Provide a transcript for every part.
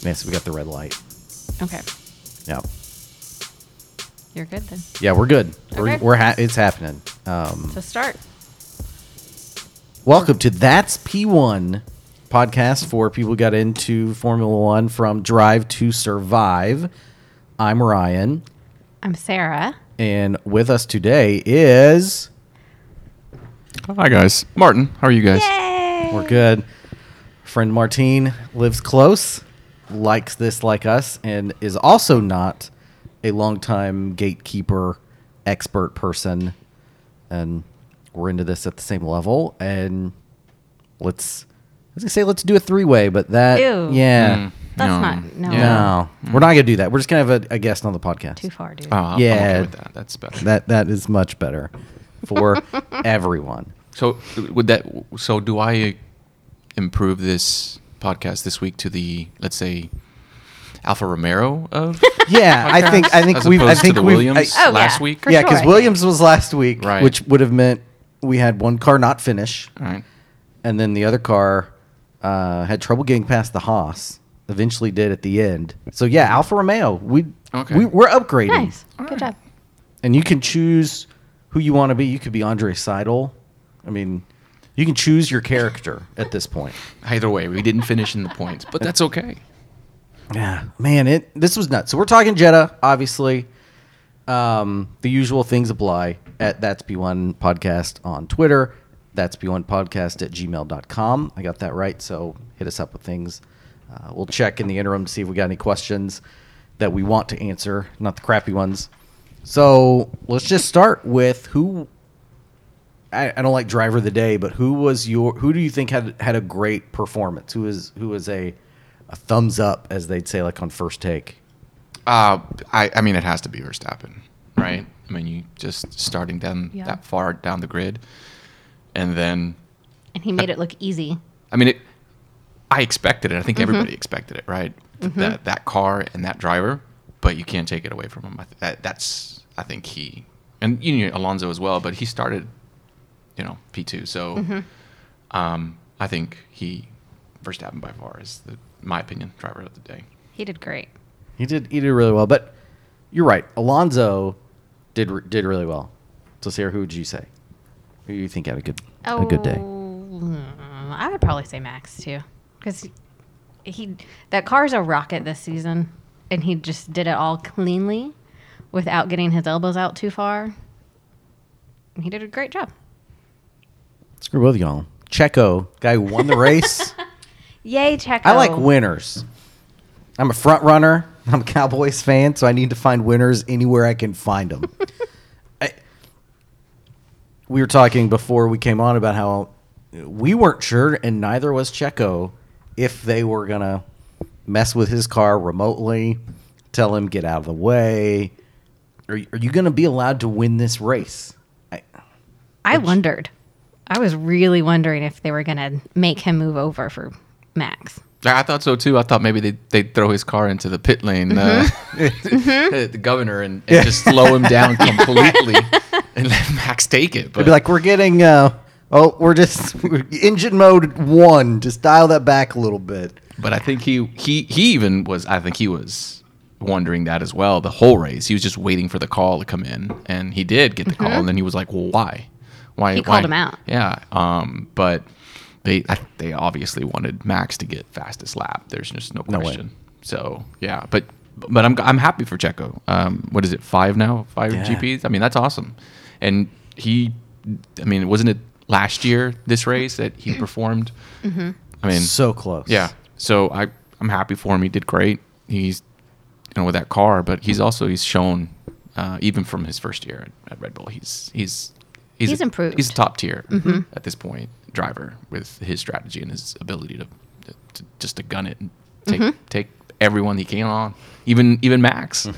Yes, we got the red light. Okay. Yeah. You're good then. Yeah, we're good. We're, Okay. we're ha- it's happening. Um, So start. welcome to That's P1 podcast for people who got into Formula One from Drive to Survive. I'm Ryan, I'm Sarah. and with us today is. Oh, Hi guys, Martin. How are you guys? Yay! We're good. Friend Martine lives close, likes this like us, and is also not a longtime gatekeeper expert person. And we're into this at the same level. And let's, I was gonna say let's do a three way, but that, Ew. yeah, Mm, That's no. not- no. no, we're not gonna do that. We're just gonna have a, a guest on the podcast. Too far, dude. Oh, I'm Yeah. okay with that. That's better. That that is much better for everyone. so would that? So do I improve this podcast this week to the let's say Alfa Romero of? Yeah, I think I think As we've I opposed to think the we've Williams Oh, last yeah. week. For yeah, because sure. Williams was last week, Right. which would have meant we had one car not finish, All right. and then the other car uh, had trouble getting past the Haas. Eventually, did at the end. So yeah, Alfa Romeo. We, Okay. we we're upgrading, nice. All Good right. job. and you can choose who you want to be. You could be Andre Seidel. I mean, you can choose your character at this point. Either way, we didn't finish in the points, but that's okay. Yeah, man, it this was nuts. So we're talking Jetta, obviously. Um, the usual things apply at that's P1 podcast on Twitter, that's P1 podcast at gmail.com. I got that right, so hit us up with things. Uh, we'll check in the interim to see if we got any questions that we want to answer, not the crappy ones. So let's just start with who I, I don't like driver of the day, but who was your who do you think had had a great performance? Who is who was a a thumbs up as they'd say like on first take? Uh, I, I mean, it has to be Verstappen, right? I mean, you just starting down Yeah. that far down the grid, and then And he made it look easy. I mean, it, I expected it. I think everybody expected it, right? Th- That that car and that driver, but you can't take it away from him. I th- that, that's I think he and you know Alonso as well, but he started, you know, P two. So, um, I think he Verstappen by far is the, my opinion driver of the day. He did great. He did he did really well, but you're right. Alonso did re- did really well. So Sarah, who would you say? Who do you think had a good a good day? Oh. mm, I would probably say Max too, because he that car's a rocket this season, and he just did it all cleanly, without getting his elbows out too far. And he did a great job. Screw both y'all. Checo, guy who won the race. Yay, Checo! I like winners. I'm a front runner. I'm a Cowboys fan, so I need to find winners anywhere I can find them. I, we were talking before we came on about how we weren't sure, and neither was Checo, if they were gonna mess with his car remotely, tell him get out of the way. Are, are you gonna be allowed to win this race? I, I wondered. I was really wondering if they were gonna make him move over for Max. Yeah, I thought so too. I thought maybe they they'd throw his car into the pit lane, uh, the governor, and, and just slow him down completely and let Max take it. It'd But be like, we're getting, uh, oh, we're just engine mode one. Just dial that back a little bit. But I think he he he even was I think he was wondering that as well the whole race. He was just waiting for the call to come in and he did get the call and then he was like, "Well, why?" Why Mm-hmm. He why? called him out. Yeah. Um but they I, they obviously wanted Max to get fastest lap. There's just no No way. question. so, yeah, but but I'm I'm happy for Checo. Um what is it? 5 now? 5 Yeah. GPs? I mean, that's awesome. And he I mean, wasn't it last year this race that he performed? Mm-hmm. I mean, so close. Yeah. So I I'm happy for him. He did great. He's you know with that car, but he's also he's shown uh, even from his first year at, at Red Bull, he's he's he's, He's improved. Mm-hmm. He's a top tier at this point driver with his strategy and his ability to, to, to just to gun it and take Mm-hmm. take everyone he can on, even even Max.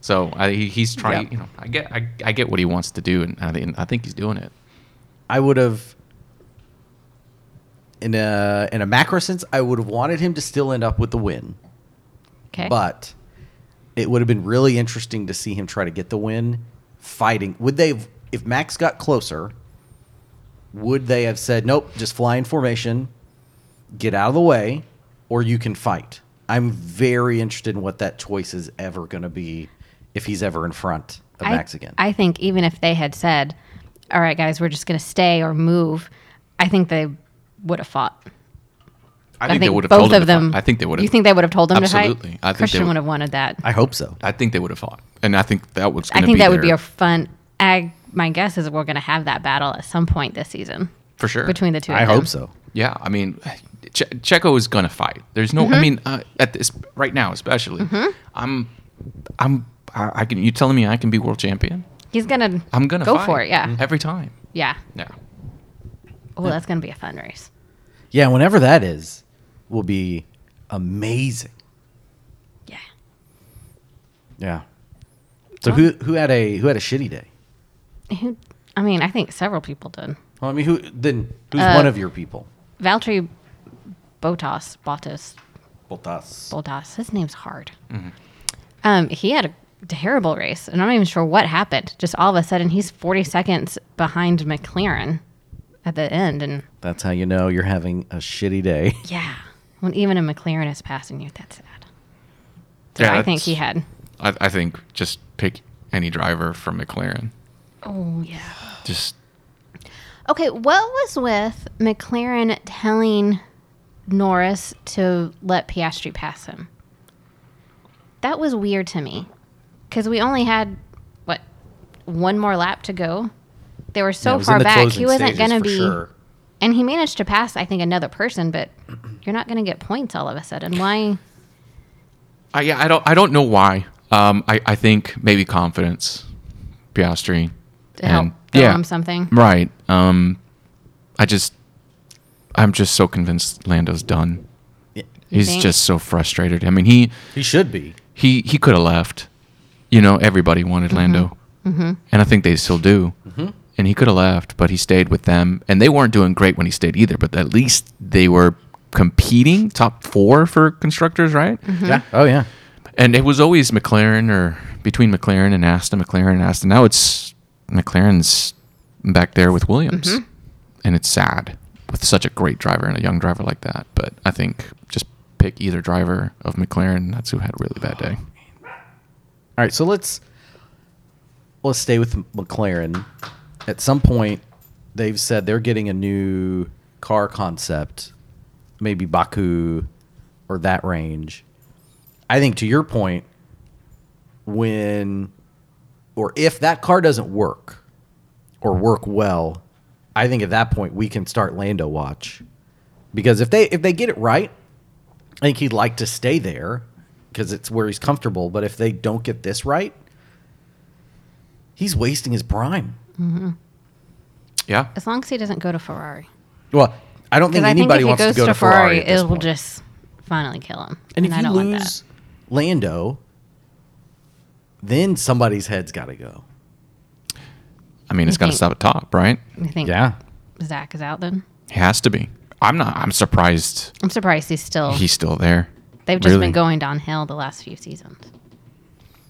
So I, he- he's trying. Yeah. You know, I get I, I get what he wants to do, and I, think- I think he's doing it. I would have, in a in a macro sense, I would have wanted him to still end up with the win, Okay, but it would have been really interesting to see him try to get the win, fighting. Would they? have- If Max got closer, would they have said, "Nope, just fly in formation, get out of the way, or you can fight"? I'm very interested in what that choice is ever going to be if he's ever in front of I- Max again. I think even if they had said, "All right, guys, we're just going to stay or move," I think they would have fought. I I think, think, they would have both told him of to fight. them. I think they would You have. think they would have told them to Absolutely. fight? I think they Christian would- would have wanted that. I hope so. I think they would have fought, and I think that was. I gonna think that would be their- a fun. I my guess is we're going to have that battle at some point this season for sure between the two. I of them. hope so. Yeah, I mean, che- Checo is gonna fight. There's no, Mm-hmm. I mean, uh, at this right now, especially, I'm, I'm, I, I can. You telling me I can be world champion? He's going to. I'm gonna go fight for it. Yeah, every time. yeah. Yeah, Oh, that's going to be a fun race. Yeah, whenever that is, will be amazing. Yeah. Yeah. So who who had a who had a shitty day? Who- I mean, I think several people did. Well, I mean, who then? Who's one of your people? Valtteri Botas, Bottas, Boltas. Boldas. His name's hard. Mm-hmm. Um, he had a terrible race, and I'm not even sure what happened. Just all of a sudden, he's 40 seconds behind McLaren at the end, and That's how you know you're having a shitty day. yeah, when even a McLaren is passing you, that's sad. So Yeah, I think that's- he had. I, I think just pick any driver from McLaren. Oh yeah. Just Okay, what was with McLaren telling Norris to let Piastri pass him? That was weird to me because we only had what one more lap to go. They were so Yeah, it was in far the back; closing he wasn't stages going to for be. sure. And he managed to pass, I think, another person, but you're not going to get points all of a sudden. Why? I, yeah, I don't I don't know why. Um, I, I think maybe confidence, Piastri, To help and- throw yeah, him something. right. Um, I just I'm just so convinced Lando's done. Yeah, You He's think? just so frustrated. I mean, he He should be. he he could have left. You know, everybody wanted Lando, and I think they still do. And he could have left, but he stayed with them, and they weren't doing great when he stayed either. But at least they were competing, top four for constructors, right? Yeah. Oh yeah. And it was always McLaren or between McLaren and Aston, McLaren and Aston. Now it's McLaren's back there with Williams. Mm-hmm. And it's sad with such a great driver and a young driver like that. But I think just pick either driver of McLaren. That's who had a really bad day. All right, so let's let's stay with McLaren. At some point, they've said they're getting a new car concept, maybe Baku or that range. I think to your point, when or if that car doesn't work or work well, I think at that point we can start Lando watch because if they if they get it right, I think he'd like to stay there because it's where he's comfortable. But if they don't get this right, he's wasting his prime. Yeah. As long as he doesn't go to Ferrari. Well, I don't think Because I think if anybody he wants goes to go to Ferrari. at this it will point. just finally kill him. and if I you don't want that. lose Lando, then somebody's head's got to go. I mean, it's got to think- stop at top, right? I think Zach is out then. It has to be. I'm not, I'm surprised I'm surprised he's still. he's still there. they've just really. been going downhill the last few seasons.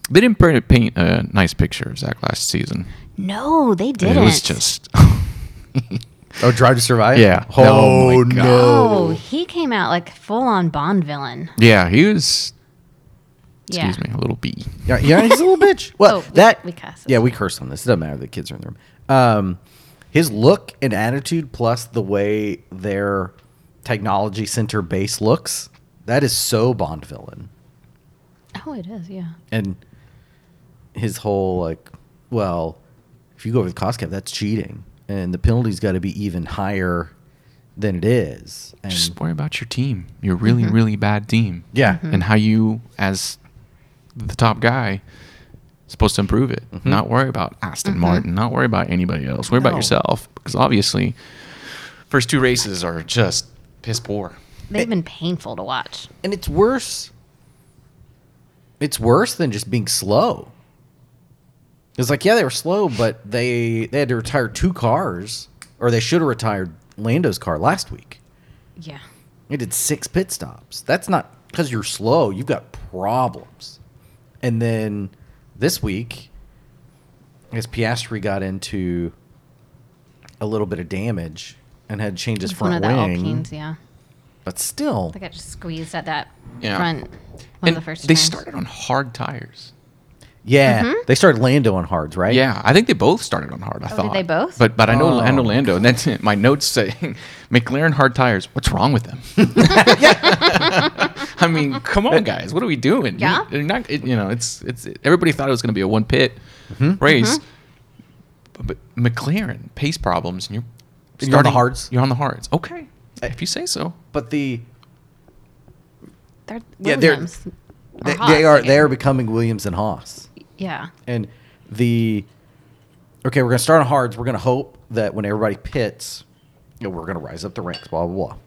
They didn't pa- paint a nice picture of Zach last season. No, they It didn't. was just, Oh, Drive to Survive. Yeah. Oh, Oh my no. Oh, he came out like full on Bond villain. yeah, he was, Yeah. excuse me, a little bee. Yeah, yeah, he's a little bitch. Well, Oh, we- that we cuss. Yeah, we curse on this. It doesn't matter. The kids are in the room. Um, his look and attitude, plus the way their technology center base looks, that is so Bond villain. Oh, it is. Yeah. And his whole like, well, if you go over the cost cap, that's cheating, and the penalty's got to be even higher than it is. And Just worry about your team, your really, really bad team. yeah, Mm-hmm. And how you, as the top guy, supposed to improve it. Not worry about Aston Martin. Not worry about anybody else. Worry about No. yourself. Because obviously, first two races are just piss poor. They've been painful to watch. and it's worse. It's worse than just being slow. It's like, yeah, they were slow, but they they had to retire two cars, or they should have retired Lando's car last week. Yeah. They did six pit stops. That's not because you're slow. You've got problems. And then this week, I guess Piastri got into a little bit of damage and had changed his It's one front of the wing. Alpines. Yeah. But still, Like I just squeezed at that Yeah. front one and of the first they times. started on hard tires. yeah, mm-hmm. they started Lando on hards, right? Yeah, I think they both started on hard. I Oh, thought did they both? But but I know I know Oh. Lando, and that's it. my notes saying McLaren hard tires. What's wrong with them? I mean, come on, guys, what are we doing? Yeah. You're not- it- you know, it's it's everybody thought it was going to be a one pit Mm-hmm. race, Mm-hmm. but McLaren pace problems, and you're And you're on the hards? You're on the hards. Okay, if you say so. But the They're Yeah, they're- Williams. or they, Haas, they are I they are guess. becoming Williams and Haas. Yeah. And the okay, we're gonna start on hards. We're gonna hope that when everybody pits, you know, we're gonna rise up the ranks. Blah blah blah.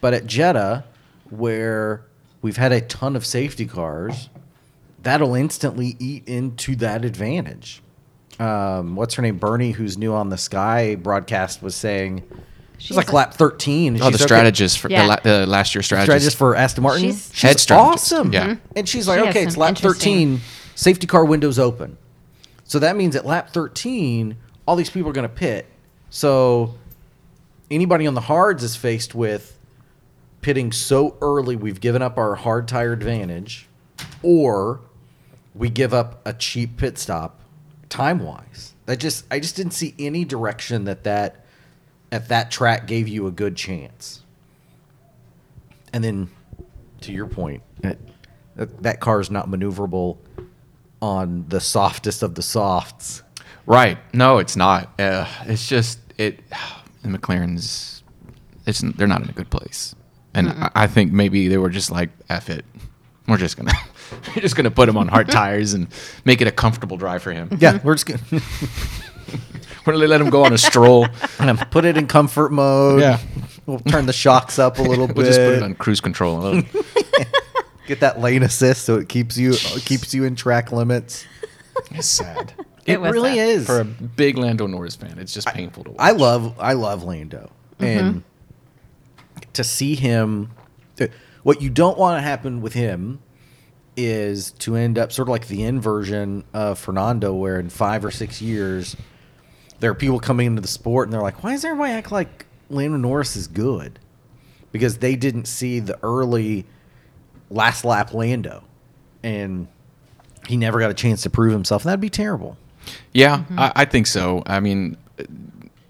But at Jeddah, where we've had a ton of safety cars, that'll instantly eat into that advantage. Um, what's her name? Bernie, who's new on the Sky broadcast, was saying she's She's like a- lap thirteen. and Oh, the she's, okay, strategist for Yeah. the, la- the last year strategist. strategist for Aston Martin. She's- Mm-hmm. she's Head strategist, awesome. yeah. Mhm. And she's She like, has okay, it's some lap interesting- 13. Safety car window's open. So that means at lap 13, all these people are going to pit. So anybody on the hards is faced with pitting so early we've given up our hard tire advantage, or we give up a cheap pit stop time wise. I just I just didn't see any direction that that at that track gave you a good chance. And then, to your point, that, that, that car is not maneuverable on the softest of the softs. Right. No, it's not. Uh, it's just it. The McLarens, it's they're not in a good place, and I, I think maybe they were just like, "F it, we're just gonna, we're just gonna put him on hard tires and make it a comfortable drive for him. Yeah, Mm-hmm. we're just gonna We're gonna let him go on a stroll. put it in comfort mode. Yeah. we'll turn the shocks up a little bit. We'll just put it on cruise control. and let him- Get that lane assist so it keeps you uh, keeps you in track limits. it's sad It, It was really sad. is. for a big Lando Norris fan. It's just painful to watch. I love I love Lando and to see him. What you don't want to happen with him is to end up sort of like the inversion of Fernando, where in five or six years there are people coming into the sport and they're like, "Why does everybody act like Lando Norris is good?" Because they didn't see the early last lap Lando, and he never got a chance to prove himself. That'd be terrible. Yeah, Mm-hmm. I, I think so. I mean, y-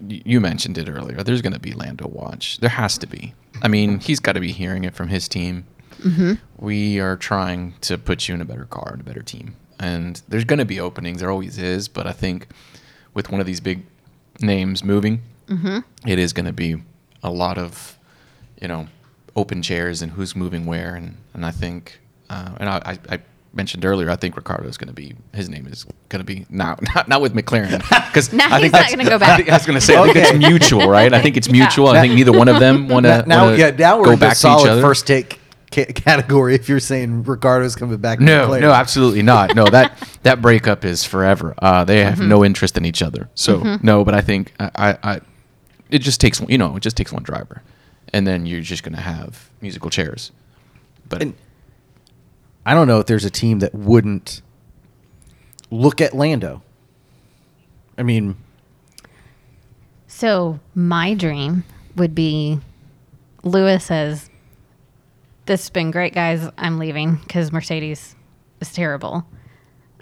you mentioned it earlier. There's going to be Lando watch. There has to be. I mean, he's got to be hearing it from his team. Mm-hmm. We are trying to put you in a better car and a better team. And there's going to be openings. There always is. But I think with one of these big names moving, Mm-hmm. it is going to be a lot of, you know, open chairs and who's moving where. And, and I think, uh, and I, I, I mentioned earlier, I think Ricardo's going to be, his name is going to be, now not, not with McLaren. Because Now he's I think not that's- gonna go I back. think- I was going to say, I think Okay. it's mutual, right? I think it's mutual. I think neither one of them want to now, yeah, now we're go in the back to each solid other. first take ca- category. If you're saying Ricardo's coming back, to No, play. no, absolutely not. No, that that breakup is forever. Uh, they Mm-hmm. have no interest in each other. So no, but I think I, I, I, it just takes you know, it just takes one driver, and then you're just gonna have musical chairs. But And I don't know if there's a team that wouldn't look at Lando. I mean, So my dream would be Lewis says, This has been great, guys. I'm leaving because Mercedes is terrible.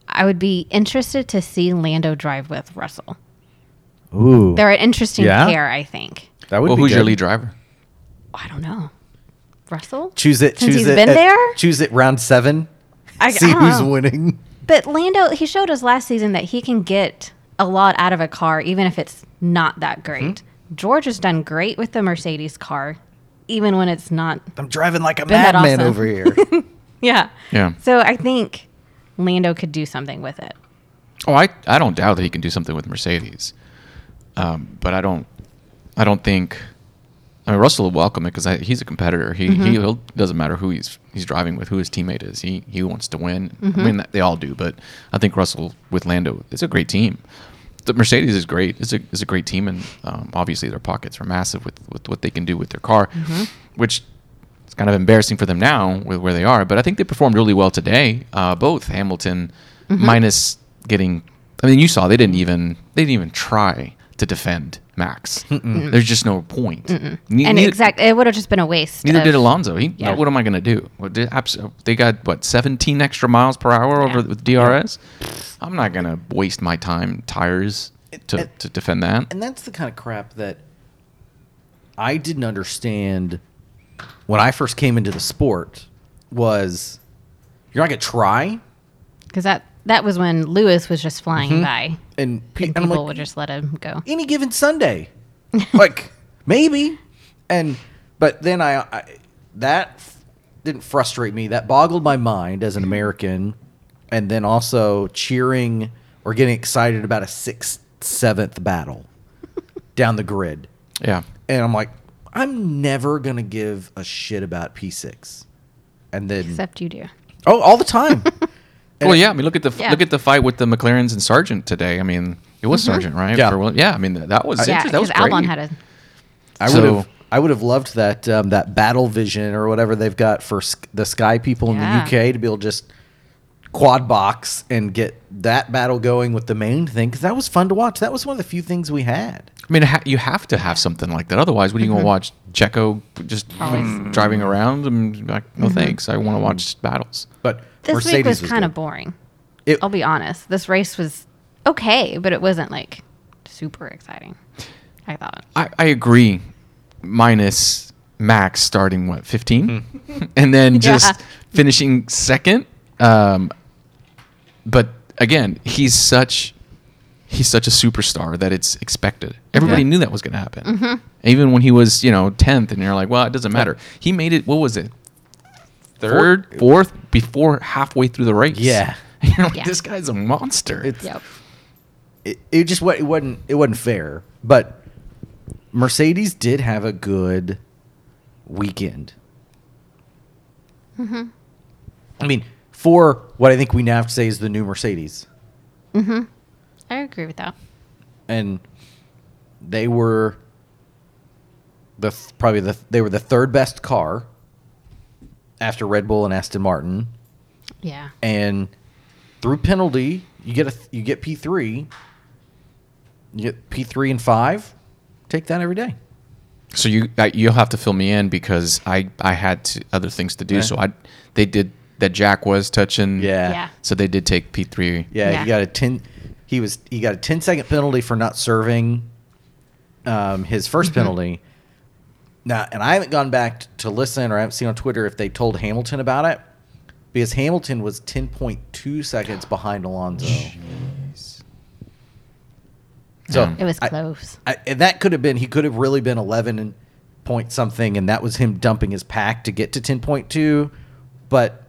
I would be interested to see Lando drive with Russell. ooh, They're an interesting Yeah? pair, I think. Oh, that would well, be who's your good. lead driver? I don't know. Russell? Choose it. Since choose he's it. been at- there? Choose it round seven. I, see I don't who's know. winning. But Lando, he showed us last season that he can get a lot out of a car, even if it's not that Mm-hmm. great. George has done great with the Mercedes car, even when it's not. I'm driving like a Been that madman awesome. over here. Yeah. Yeah. So I think Lando could do something with it. Oh, I, I don't doubt that he can do something with Mercedes, um, but I don't I don't think. I mean, Russell will welcome it because he's a competitor. He he he'll, doesn't matter who he's he's driving with, who his teammate is. He he wants to win. I mean, they all do, but I think Russell with Lando, it's a great team. The Mercedes is great. It's a it's a great team, and um, obviously their pockets are massive with, with what they can do with their car, which it's kind of embarrassing for them now with where they are. But I think they performed really well today. Uh, both Hamilton, minus getting. I mean, you saw they didn't even they didn't even try to defend Max. There's just no point. Ne- and neither- exact, it would have just been a waste. Neither of- did Alonso. He, Yeah. what am I going to do? What did, abs- they got what 17 extra miles per hour over Yeah. with DRS. I'm not going to waste my time tires to, it- to defend that. And that's the kind of crap that I didn't understand when I first came into the sport was you're not going to try because that that was when Lewis was just flying by, and, pe- and and I'm people like, would just let him go. any given Sunday. like maybe, and but then I, I that f- didn't frustrate me. That boggled my mind as an American, and then also cheering or getting excited about a sixth, seventh battle down the grid, Yeah. and I'm like, I'm never gonna give a shit about P6, and then Except you do. oh, all the time. And well, it- yeah. I mean, look at the f Yeah. Mm-hmm. look at the fight with the McLarens and Sargent today. I mean, it was Sargent, right? Yeah. For Will- yeah. I mean, that, that was yeah, interesting. That was because Albon great. had a I So- would have. I would have loved that um, that battle vision or whatever they've got for sk- the sky people in the Yeah. UK to be able to just quad box and get that battle going with the main thing because that was fun to watch. That was one of the few things we had. I mean, ha- you have to have something like that. Otherwise, what are you going to watch? Checo just Mm-hmm. Always. Mm-hmm. driving around? I'm like, no thanks. I want to watch battles. But this week was, kind of good. boring. It- I'll be honest. This race was okay, but it wasn't like super exciting. I thought. I, I agree. Minus Max starting what fifteen, and then just Yeah. finishing second. Um, but again, he's such he's such a superstar that it's expected. Everybody knew that was going to happen. Mm-hmm. Even when he was you know tenth, and you're like, well, it doesn't matter. He made it. What was it? Third, fourth, before halfway through the race. Yeah. You know, like, Yeah. this guy's a monster. It's- Yep. it, it just wa- it wasn't it wasn't fair. But Mercedes did have a good weekend. I mean, for what I think we now have to say is the new Mercedes. I agree with that. and they were the th- probably the they were the third best car after Red Bull and Aston Martin Yeah. and through penalty you get a th- you get P3 you get P3 and 5 take that every day So you I, you'll have to fill me in because I I had to, other things to do. Yeah. So I they did that. Jack was touching. yeah Yeah. So they did take P three. yeah, Yeah. he got a 10 he was he got a 10 second penalty for not serving um, his 1st penalty now and i haven't gone back t- to listen or i haven't seen on twitter if they told hamilton about it because hamilton was 10.2 seconds behind alonso so It was I- close. I, and that could have been he could have really been 11 and point something and that was him dumping his pack to get to 10.2 but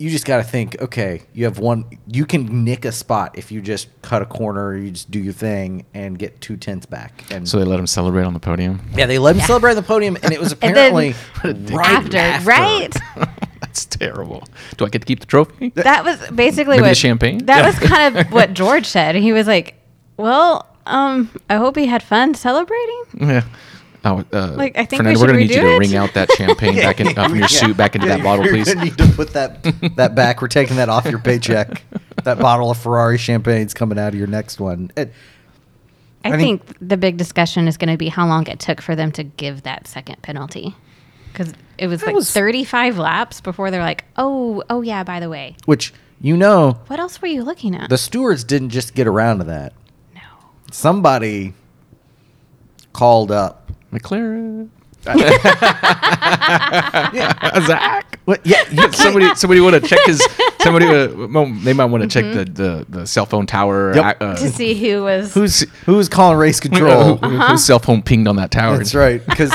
you just got to think okay you have one you can nick a spot if you just cut a corner you just do your thing and get two tenths back and So they let him celebrate on the podium. yeah they let him Yeah. celebrate on the podium and it was then- apparently right After, right? That's terrible. Do I get to keep the trophy? that was basically Maybe the what champagne? That Yeah. was kind of what George said. He was like, "Well, um, I hope he had fun celebrating." Yeah. Oh, uh, Like, I think we Fernando, are should gonna need you redo to it. ring out that champagne back in, uh, from your suit back into that bottle, You're please. gonna need to put that that back. We're taking that off your paycheck. That bottle of Ferrari champagne's coming out of your next one. It- I, I think- think, the big discussion is going to be how long it took for them to give that second penalty, because it was That like was- 35 laps before they're like, "Oh, oh yeah, by the way, which you know what else were you looking at?" the stewards didn't just get around to that. no, Somebody called up. McLaren. Yeah, Zach. what, yeah, you can't- somebody somebody want to check his somebody uh, well, they might want to check the, the the cell phone tower Yep. uh, Mm-hmm. to see who was who's who's calling race who, control? who- whose cell phone pinged on that tower Uh-huh. That's right. Because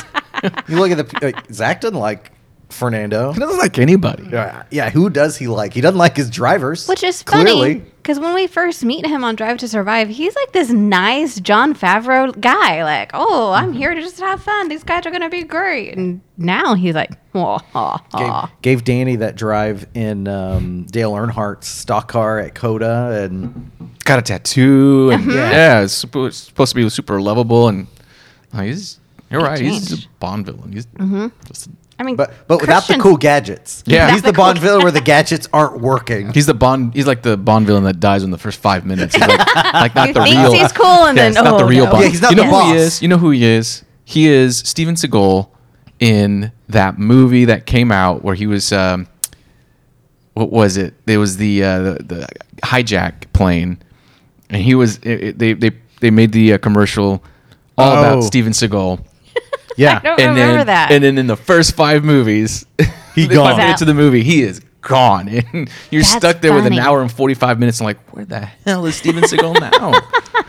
you look at the like, Zach doesn't like Fernando. he doesn't like anybody Yeah, yeah, who does he like? He doesn't like his drivers, Which is funny because when we first meet him on Drive to Survive, he's like this nice John Favreau guy. Like, oh, Mm-hmm. I'm here to just have fun. These guys are gonna be great. And now he's like, oh, gave, gave Danny that drive in um, Dale Earnhardt's stock car at Coda, and got a tattoo and Mhm. yeah, it's suppo- it's supposed to be super lovable and uh, he's you're right he's changed. a Bond villain he's just a I mean, But but without the Christian- cool gadgets. Yeah. He's Without the the cool Bond villain where the gadgets aren't working. He's the Bond. He's like the Bond villain that dies in the first five minutes. He's like, like not He the thinks real. he's cool and Yeah, then, it's not the oh, real no. Bond. Yeah, he's not you the know who boss. he is. You know who he is. He is Steven Seagal in that movie that came out where he was. Um, what was it? It was the uh, the, the hijack plane, and he was. It, it- they they they made the uh, commercial all Oh. about Steven Seagal. yeah. I don't and remember then, that. And then in the first five movies, He five gone. minutes of the movie, he is gone. And you're That's stuck there with an funny. hour and forty five minutes. and like, where the hell is Steven Seagal now?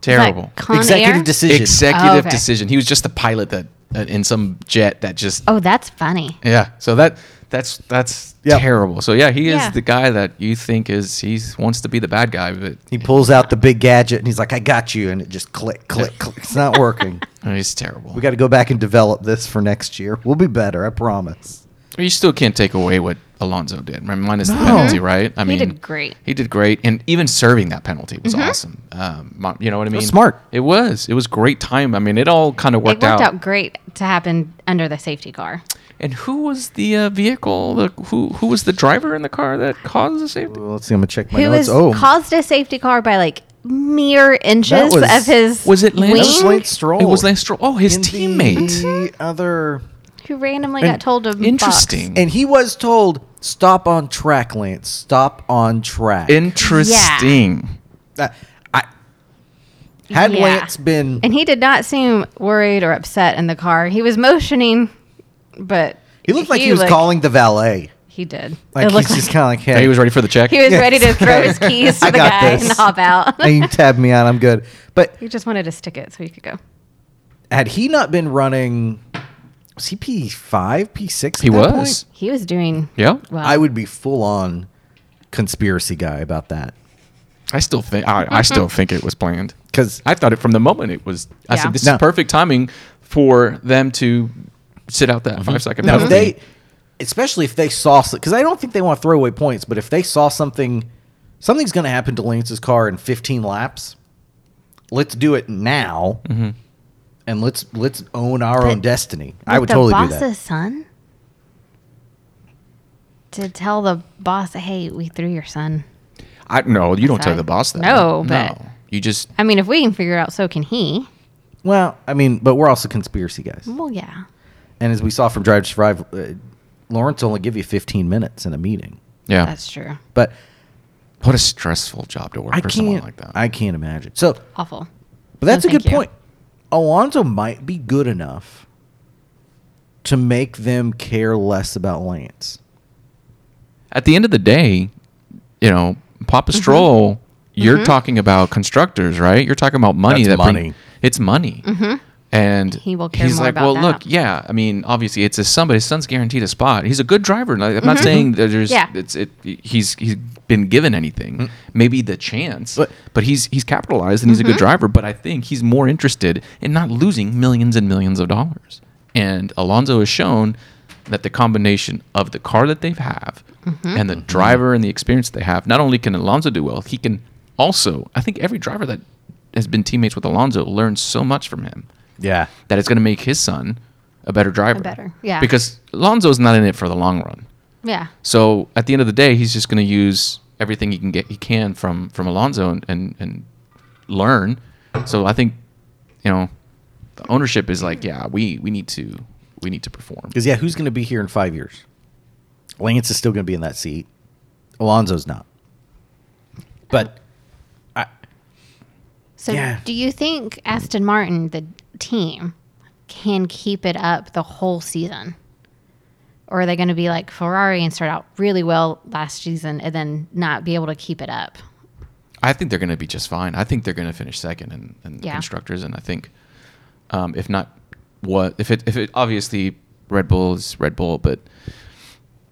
Terrible. Like Con Executive Air? decision. Executive Oh, okay. decision. He was just a pilot that uh, in some jet that just Oh, that's funny. yeah. So that that's that's Yep. terrible. So yeah, he is Yeah. the guy that you think is he wants to be the bad guy, but He pulls out the big gadget and he's like, "I got you," and it just click, click, click. It's not working. uh, he's terrible. We got to go back and develop this for next year. We'll be better, I promise. You still can't take away what Alonso did, right? minus the No. penalty, right? I He mean, did great. He did great, and even serving that penalty was Mm-hmm. awesome. Um, mo- you know what I mean? was smart. It was. It was great time. I mean, it all kind of It worked, worked out. great to happen under the safety car. And who was the uh, vehicle? The, who who was the driver in the car that caused the safety? Well, let's see. I'm gonna check my Who notes. has oh, caused a safety car by like mere inches was- of his Was it Lance? wing, That was Lance Stroll. It was Lance Stroll. Oh, his in the- teammate. The other, who randomly And- got told to box. Interesting. and he was told, "Stop on track, Lance. Stop on track." Interesting. Uh, I, had Yeah. Lance been, And he did not seem worried or upset in the car. He was motioning, but he looked like he was calling the valet. He did. Like it looked he's like just kind of like, Hey, "Hey, he was ready for the check. he was Yeah. ready to throw his keys to I the got guy this. and hop out. you can tab me out. I'm good." But he just wanted to stick it so he could go. had he not been running, was he P five, P six? He was. He was doing Yeah. well. I would be full on conspiracy guy about that I still think I, Mm-hmm. I still think it was planned. because I thought it from the moment it was. I Yeah. said this No. is perfect timing for them to sit out that five second now if penalty. they, especially if they saw, because I don't think they want to throw away points, but if they saw something, something's going to happen to Lance's car in 15 laps. Let's do it now, Mm-hmm. and let's let's own our own But- destiny. I But would the totally do boss's that. son to tell the boss, "Hey, we threw your son." I no, you don't tell Sorry. the boss that. No, but- you just I mean, if we can figure it out, so can he. Well, I mean, but we're also conspiracy guys, Well, yeah. and as we saw from Drive to Survive, uh, Lawrence only give you 15 minutes in a meeting, yeah. That's true. but. what a stressful job to work I for someone can't. like that. I can't imagine. So Awful. But that's No, a good thank you. point. Alonzo might be good enough to make them care less about Lance. At the end of the day, you know, Papa Mm-hmm. Stroll, you're talking about constructors, right? You're talking about money. That's that bring- money. it's money. And Mm-hmm. He will care he's more like, about well, that. look, yeah. I mean, obviously, it's his son, but his son's guaranteed a spot. He's a good driver. Like, I'm not saying that there's, Mm-hmm. Yeah. it's, it, he's, he's been given anything, maybe the chance, But- but, he's, he's capitalized and he's a good Mm-hmm. driver. But I think he's more interested in not losing millions and millions of dollars. And Alonso has shown that the combination of the car that they have Mm-hmm. and the driver and the experience they have, not only can Alonso do well, he can also, I think every driver that has been teammates with Alonso learns so much from him Yeah. that it's going to make his son a better driver. better- yeah. Because Lonzo's not in it for the long run. Yeah. So at the end of the day, he's just going to use everything he can get he can from from Alonzo and, and and learn. So I think you know the ownership is like, yeah, we we need to we need to perform. Because, yeah, who's going to be here in five years? Lance is still going to be in that seat. Alonzo's not. But So, Yeah. do you think Aston Martin, the team, can keep it up the whole season? Or are they going to be like Ferrari and start out really well last season and then not be able to keep it up? I think they're going to be just fine. I think they're going to finish second in, in Yeah. constructors, and I think um, if not what if it if it obviously Red Bull is Red Bull, but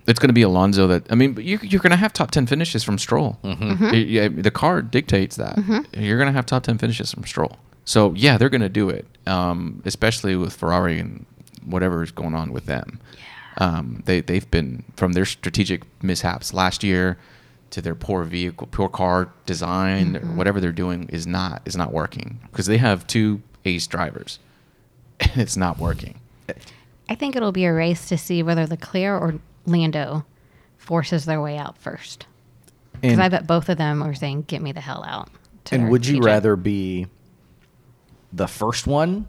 it's going to be Alonso that I mean, but you, you're going to have top ten finishes from Stroll. It- yeah, the car dictates that you're going to have top ten finishes from Stroll. So yeah, they're going to do it, um, especially with Ferrari and whatever is going on with them. Um, they they've been from their strategic mishaps last year to their poor vehicle, poor car design, or whatever they're doing is not is not working because they have two ace drivers and it's not working. I think it'll be a race to see whether Leclerc or Lando forces their way out first. Because And- I bet both of them are saying, "Get me the hell out." to And their would you TJ. rather be the first one,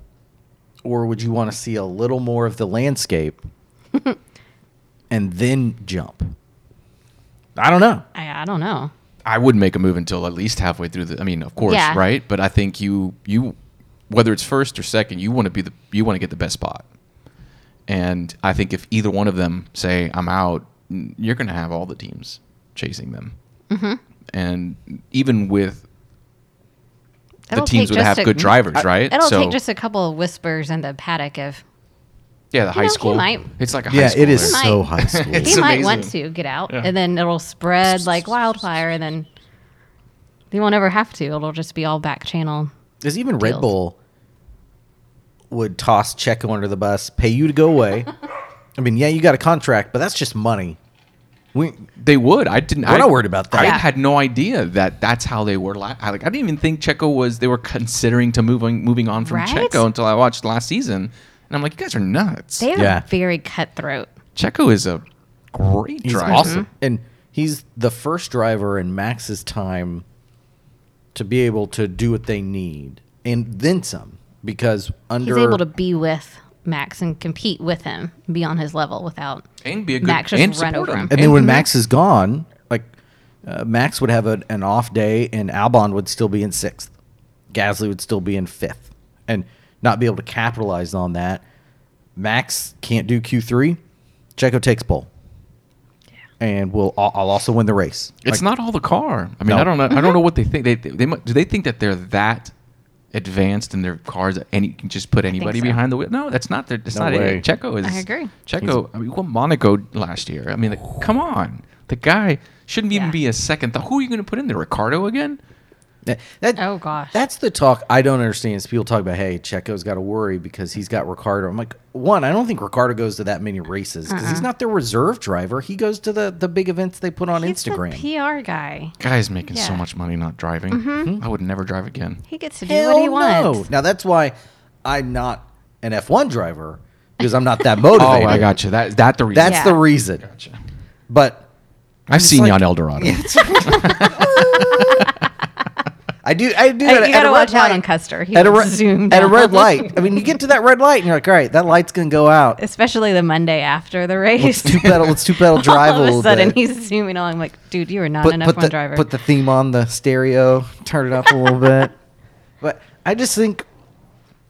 or would you want to see a little more of the landscape and then jump? I don't know. I, I don't know. I wouldn't make a move until at least halfway through the. I mean, of course, Yeah. right? But I think you you whether it's first or second, you want to be the you want to get the best spot. And I think if either one of them say I'm out, n- you're going to have all the teams chasing them. Mm-hmm. And even with It'll the teams take would have just a- good drivers, right? It'll take just a couple of whispers in the paddock of yeah, know, the high he school. might. It's like a high Yeah, school. it is Might. so high school. he It's might want amazing. to get out, Yeah. and then it'll spread like wildfire, and then they won't ever have to. It'll just be all back channel. Because even Red Deals. Bull would toss Checo under the bus, pay you to go away. I mean, yeah, you got a contract, but that's just money. We They would. I didn't. We're I, not worried about that. I Yeah. had no idea that that's how they were. La- I, like, I didn't even think Checo was. They were considering to moving moving on from Right? Checo until I watched last season, and I'm like, you guys are nuts. They are Yeah. very cutthroat. Checo is a great he's driver. awesome, Mm-hmm. and he's the first driver in Max's time to be able to do what they need, and then some. Because under He's able to be with Max and compete with him, be on his level without. and be a good Max just and ran support over him. him. And then when Max is gone, like uh, Max would have an an off day, and Albon would still be in sixth. Gasly would still be in fifth, and not be able to capitalize on that. Max can't do Q three. Checo takes pole, and we'll. I'll, I'll also win the race. It's not all the car. I mean, No. I don't know. I don't know what they think. They, they, they mu- do they think that they're that advanced in their cars that any you can just put anybody so. behind the wheel? No, that's not. Their, that's No not way. it. Checo is. I agree. Checo. I mean, what Monaco last year? I mean, like, come on. The guy shouldn't even Yeah. be a second. Th- who are you going to put in there? Ricardo again? That- that- Oh, gosh. that's the talk I don't understand. Is people talk about hey, Checo's got to worry because he's got Ricardo. I'm like, one, I don't think Ricardo goes to that many races because Uh-uh. he's not their reserve driver. He goes to the the big events they put on He's the Instagram. PR guy. Guy's making so Yeah. Mm-hmm. much money not driving. I would never drive again. He gets to do what he wants. Now that's why I'm not an F1 driver because I'm not that motivated. Oh, I got you. That that the reason. That's Yeah. the reason. Gotcha. But I've seen like- you on El Dorado. I do. I do. Hey, at, Uh, at you gotta a watch red out light- on Custer. He At a, was red- zoomed at a out. red light. I mean, you get to that red light and you're like, all right, that light's gonna go out. Especially the Monday after the race. Let's two pedal. Let's two pedal drive All a of little a sudden, bit. he's zooming on. I'm like, dude, you are not an F1 the, driver. Put the theme on the stereo, turn it up a little bit. But I just think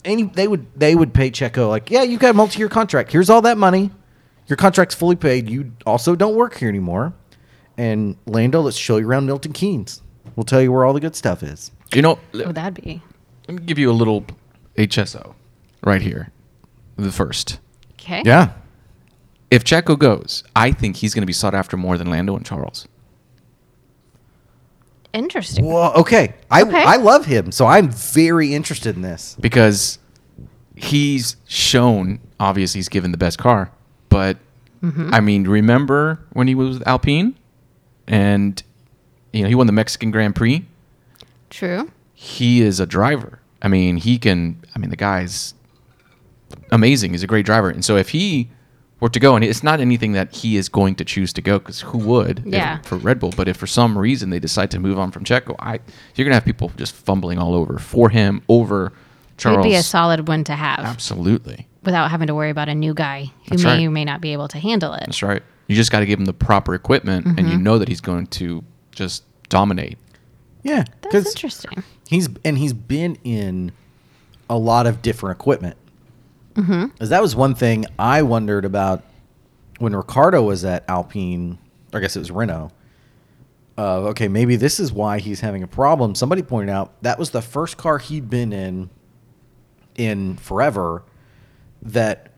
any they would they would pay Checo like, yeah, you've got a multi year contract. Here's all that money. Your contract's fully paid. You also don't work here anymore. And Lando, let's show you around Milton Keynes. We'll tell you where all the good stuff is. You know, oh, that'd be. Let me give you a little HSO right here. The first. Okay. Yeah. If Checo goes, I think he's going to be sought after more than Lando and Charles. Interesting. Well, okay. I Okay. I love him, so I'm very interested in this. because he's shown obviously he's given the best car but i mean remember when he was with alpine and you know he won the mexican grand prix True. he is a driver i mean he can i mean the guy's amazing he's a great driver and so if he were to go and it's not anything that he is going to choose to go because who would if- Yeah. for red bull but if for some reason they decide to move on from checo i you're gonna have people just fumbling all over for him over charles It'd be a solid one to have Absolutely. without having to worry about a new guy who That's may right. or may not be able to handle it. That's right. You just got to give him the proper equipment, and you Mm-hmm. know that he's going to just dominate. Yeah. That's 'cause- interesting. He's and he's been in a lot of different equipment. Because that was one thing I wondered about when Ricardo was at Alpine. Or I guess it was Renault. Uh, okay, maybe this is why he's having a problem. Somebody pointed out that was the first car he'd been in in forever. That,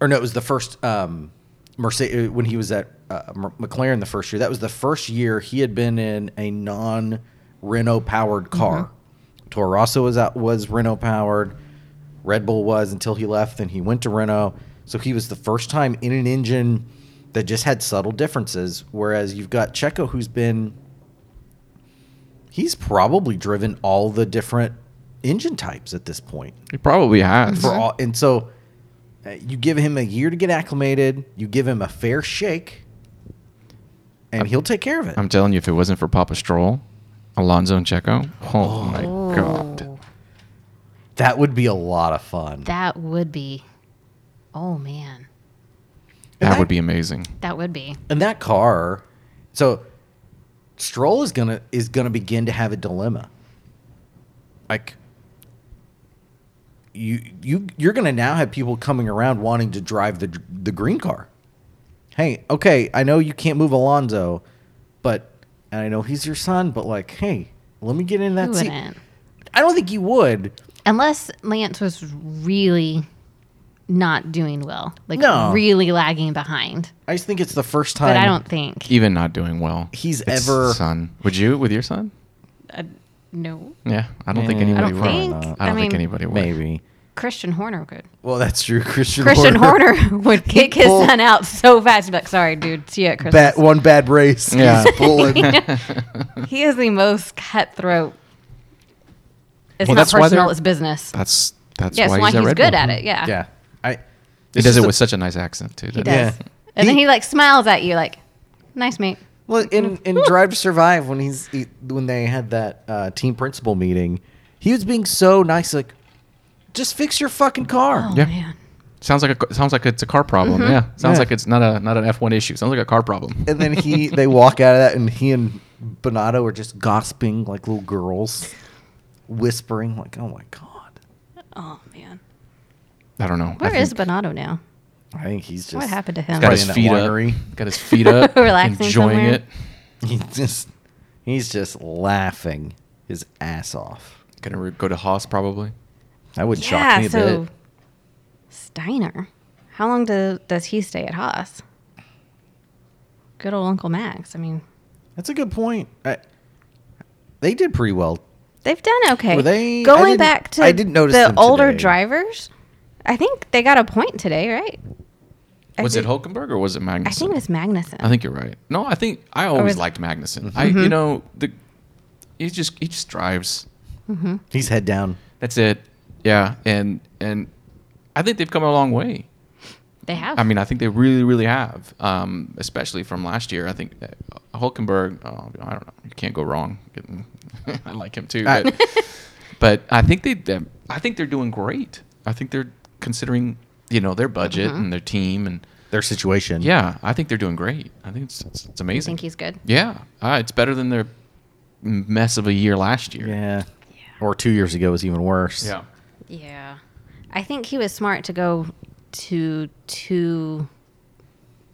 or no, it was the first um, Mercedes when he was at uh, M- McLaren the first year. That was the first year he had been in a non Renault powered car. Toro Rosso was out, was Renault powered. Red Bull was until he left. Then he went to Renault. So he was the first time in an engine that just had subtle differences. Whereas you've got Checo, who's been he's probably driven all the different engine types at this point He probably has. for all and so Uh, you give him a year to get acclimated. You give him a fair shake, and he'll take care of it. I'm telling you, if it wasn't for Papa Stroll, Alonso and Checo, oh, my god, that would be a lot of fun. That would be. Oh man, that I- would be amazing. that would be. and that car so stroll is gonna is gonna begin to have a dilemma like you you you're gonna now have people coming around wanting to drive the the green car hey okay i know you can't move alonzo but and i know he's your son but like hey let me get in that Who seat wouldn't? i don't think you would Unless Lance was really not doing well, like No. really lagging behind. i just think it's the first time But I don't think. Even not doing well, He's It's ever- son. Would you with your son? uh, No, Yeah, I don't think Yeah, anybody I don't would. think. I I don't think mean, anybody would. maybe Christian Horner could. well that's true christian Christian Horner. Horner would kick his pulled- son out so fast. He'd be like, sorry, dude. See you at Christmas. Bad, one bad race Yeah. he's pulling He is the most cutthroat. It's Well, not that's why personal. they're- It's business. That's that's Yes, why, why, he's, at Red good Bull. at it. Yeah. Yeah. I He does it with such a nice accent too. He doesn't does. Yeah. And then He- he like smiles at you like, nice mate. well in in Drive to Survive when he's he, when they had that uh, team principal meeting, he was being so nice like just fix your fucking car. Oh Yeah. man. Sounds like a sounds like it's a car problem. Yeah, sounds Yeah. like it's not a not an F one issue. Sounds like a car problem. And then he they walk out of that and he and Bonato are just gossiping like little girls, whispering like, "Oh my god." Oh man. I don't know. Where I is think Bonato now? I think he's just What happened to him? got Probably his in that feet winery. up? Got his feet up, Relaxing enjoying somewhere. it. He just he's just laughing his ass off. Gonna re- go to Haas probably. That wouldn't shock Yeah. me a So bit. Steiner, how long do, does he stay at Haas? Good old Uncle Max. I mean, That's a good point. I, they did pretty well They've done okay. Were they- I Going didn't- back to I didn't notice the them older today. drivers, I think they got a point today, right? I Was think- it Hulkenberg or was it Magnussen? I think it was Magnuson. I think you're right. No, I think I always was- Mm-hmm. liked Magnuson. I you know the he just he just drives. He's head down. That's it. Yeah, and and I think they've come a long way. they have. I mean, I think they really, really have, um, especially from last year. I think that Hulkenberg, oh, I don't know, you can't go wrong. I like him too, I- but, but I think they, they, I think they're doing great. I think they're considering, you know, their budget Mm-hmm. and their team, and Their situation. yeah, I think they're doing great. I think it's it's, it's you amazing. think he's good. yeah, uh, it's better than their mess of a year last year. Yeah. Or two years ago was even worse. yeah. Yeah. I think he was smart to go to two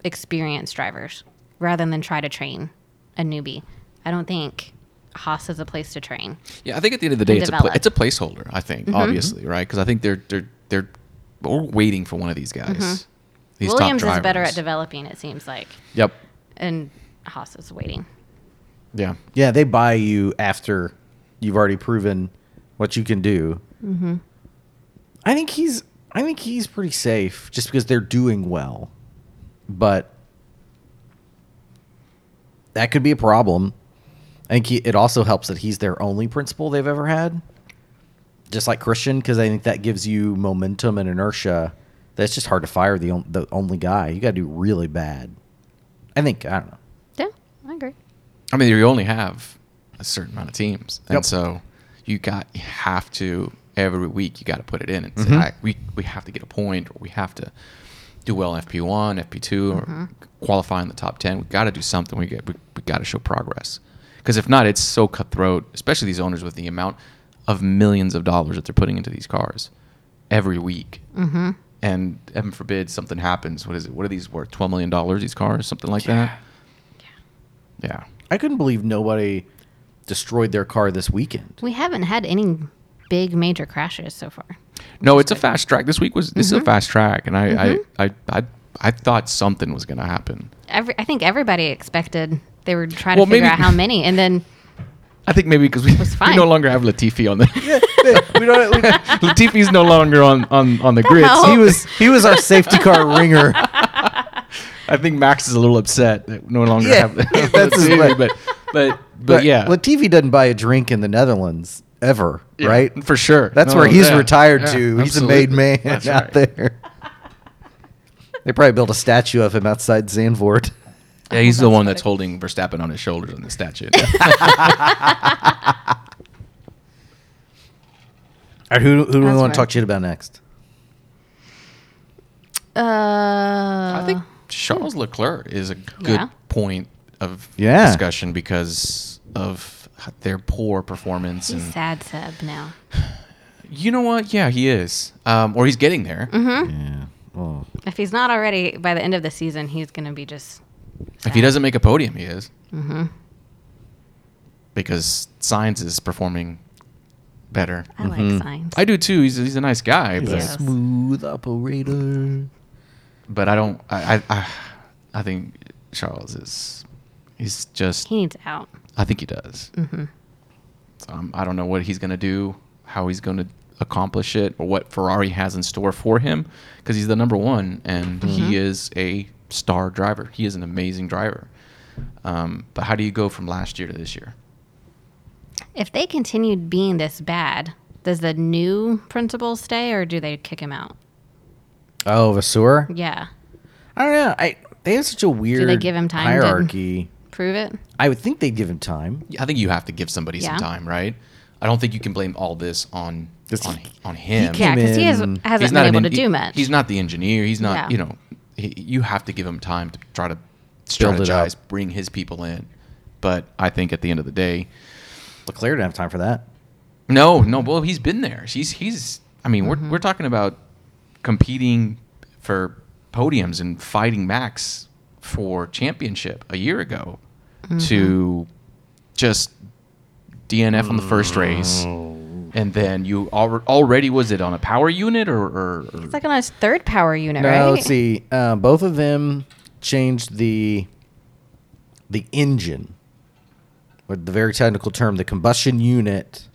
experienced drivers rather than try to train a newbie. I don't think Haas is a place to train. Yeah, I think at the end of the day, it's a, pla- develop. Mm-hmm. it's a placeholder. I think obviously, right? Because I think they're they're they're we're waiting for one of these guys. These Mm-hmm. top Williams is better drivers. at developing, it seems like, Yep. and Haas is waiting. Yeah. Yeah, they buy you after you've already proven what you can do. Mm-hmm. I think he's I think he's pretty safe just because they're doing well. But that could be a problem. I think he, it also helps that he's their only principal they've ever had. Just like Christian, because I think that gives you momentum and inertia. That's just hard to fire the on, the only guy. You got to do really bad. I think I don't know. Yeah, I agree. I mean, you only have a certain amount of teams, Yep. and so you got you have to every week you got to put it in and say, "All right, we we have to get a point, or we have to do well in FP one, FP 2 or qualify in the top ten. We got to do something. We get we, we got to show progress because if not, it's so cutthroat, especially these owners with the amount of millions of dollars that they're putting into these cars every week. Mm-hmm. And heaven forbid something happens. What is it? What are these worth? Twelve million dollars? These cars, something like that. Yeah. I couldn't believe nobody destroyed their car this weekend. We haven't had any big major crashes so far. No, it's a fast track. This week was this is a fast track, and I I, I, I I thought something was gonna happen. Every, I think everybody expected they were trying Well, to figure maybe- out how many, and then I think maybe because we, was we fine. no longer have Latifi on the we don't, we- Latifi's no longer on on on the grid. hell? so he was he was our safety car ringer. I think Max is a little upset that no longer Yeah, have that's his way. Latifi, but but but yeah, Latifi doesn't buy a drink in the Netherlands ever, Yeah, right? for sure. That's No, where he's yeah, retired yeah, to. He's a absolutely. made man That's out right. there. They probably built a statue of him outside Zandvoort. Yeah, he's the one that's holding Verstappen on his shoulders on the statue. All right, who, who do we That's want fair. to talk shit about next? Uh, I think Charles Leclerc is a good Yeah. point of Yeah. discussion because of their poor performance he's and sad Seb now. you know what? Yeah, he is, um, or he's getting there. Hmm? Mm-hmm. Yeah. Oh. If he's not already by the end of the season, he's gonna be just. If he doesn't make a podium, he is. Mm-hmm. Because Signs is performing better. I like signs. Mm-hmm. I do too. He's, he's a nice guy, but, Yes. Smooth operator. but I don't. I, I I I think Charles is. He's just. he needs out. I think he does. Mm-hmm. So I'm, I don't know what he's going to do, how he's going to accomplish it, or what Ferrari has in store for him, because he's the number one and Mm-hmm. he is a star driver. He is an amazing driver. Um, but how do you go from last year to this year? If they continued being this bad, does the new principal stay or do they kick him out? Oh, Vasur? Yeah, I don't know. I, they have such a weird give him time to- hierarchy. prove it. I would think they'd give him time. I think you have to give somebody Yeah. some time, right? I don't think you can blame all this on This- on, on him. Yeah, because he has, in- hasn't He's been not an able to en- do he- much. He's not the engineer. He's not, Yeah. you know, he, you have to give him time to try to Build it up. strategize, bring his people in. But I think at the end of the day, Leclerc didn't have time for that. no, no. Well, he's been there. He's he's. I mean, Mm-hmm. we're we're talking about competing for podiums and fighting Max for championship a year ago Mm-hmm. to just DNF on the first race, Oh. and then you al- already was it on a power unit or, or, or It's like on his third power unit, No, right? let's see. Uh, both of them changed the the engine, or the very technical term, the combustion unit,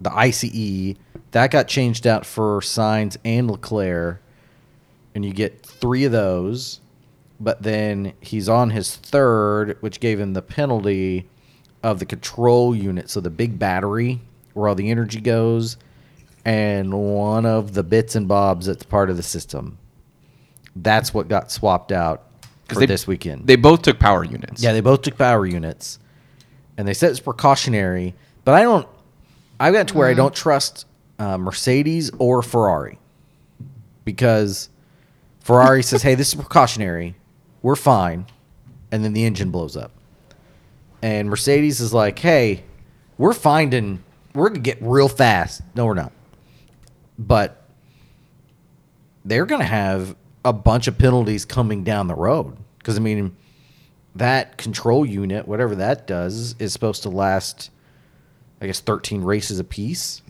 the ICE. That got changed out for Signs and Leclerc, and you get three of those. But then he's on his third, which gave him the penalty of the control unit, so the big battery where all the energy goes, and one of the bits and bobs that's part of the system. That's what got swapped out for they- this weekend. They both took power units. Yeah, they both took power units, and they said it's precautionary. But I don't. I've got to where I don't trust uh, Mercedes or Ferrari because Ferrari says, "Hey, this is precautionary. We're fine," and then the engine blows up. And Mercedes is like, "Hey, we're finding. We're gonna get real fast. No, we're not. But they're gonna have a bunch of penalties coming down the road because I mean." that control unit, whatever that does, is supposed to last, I guess, thirteen races apiece.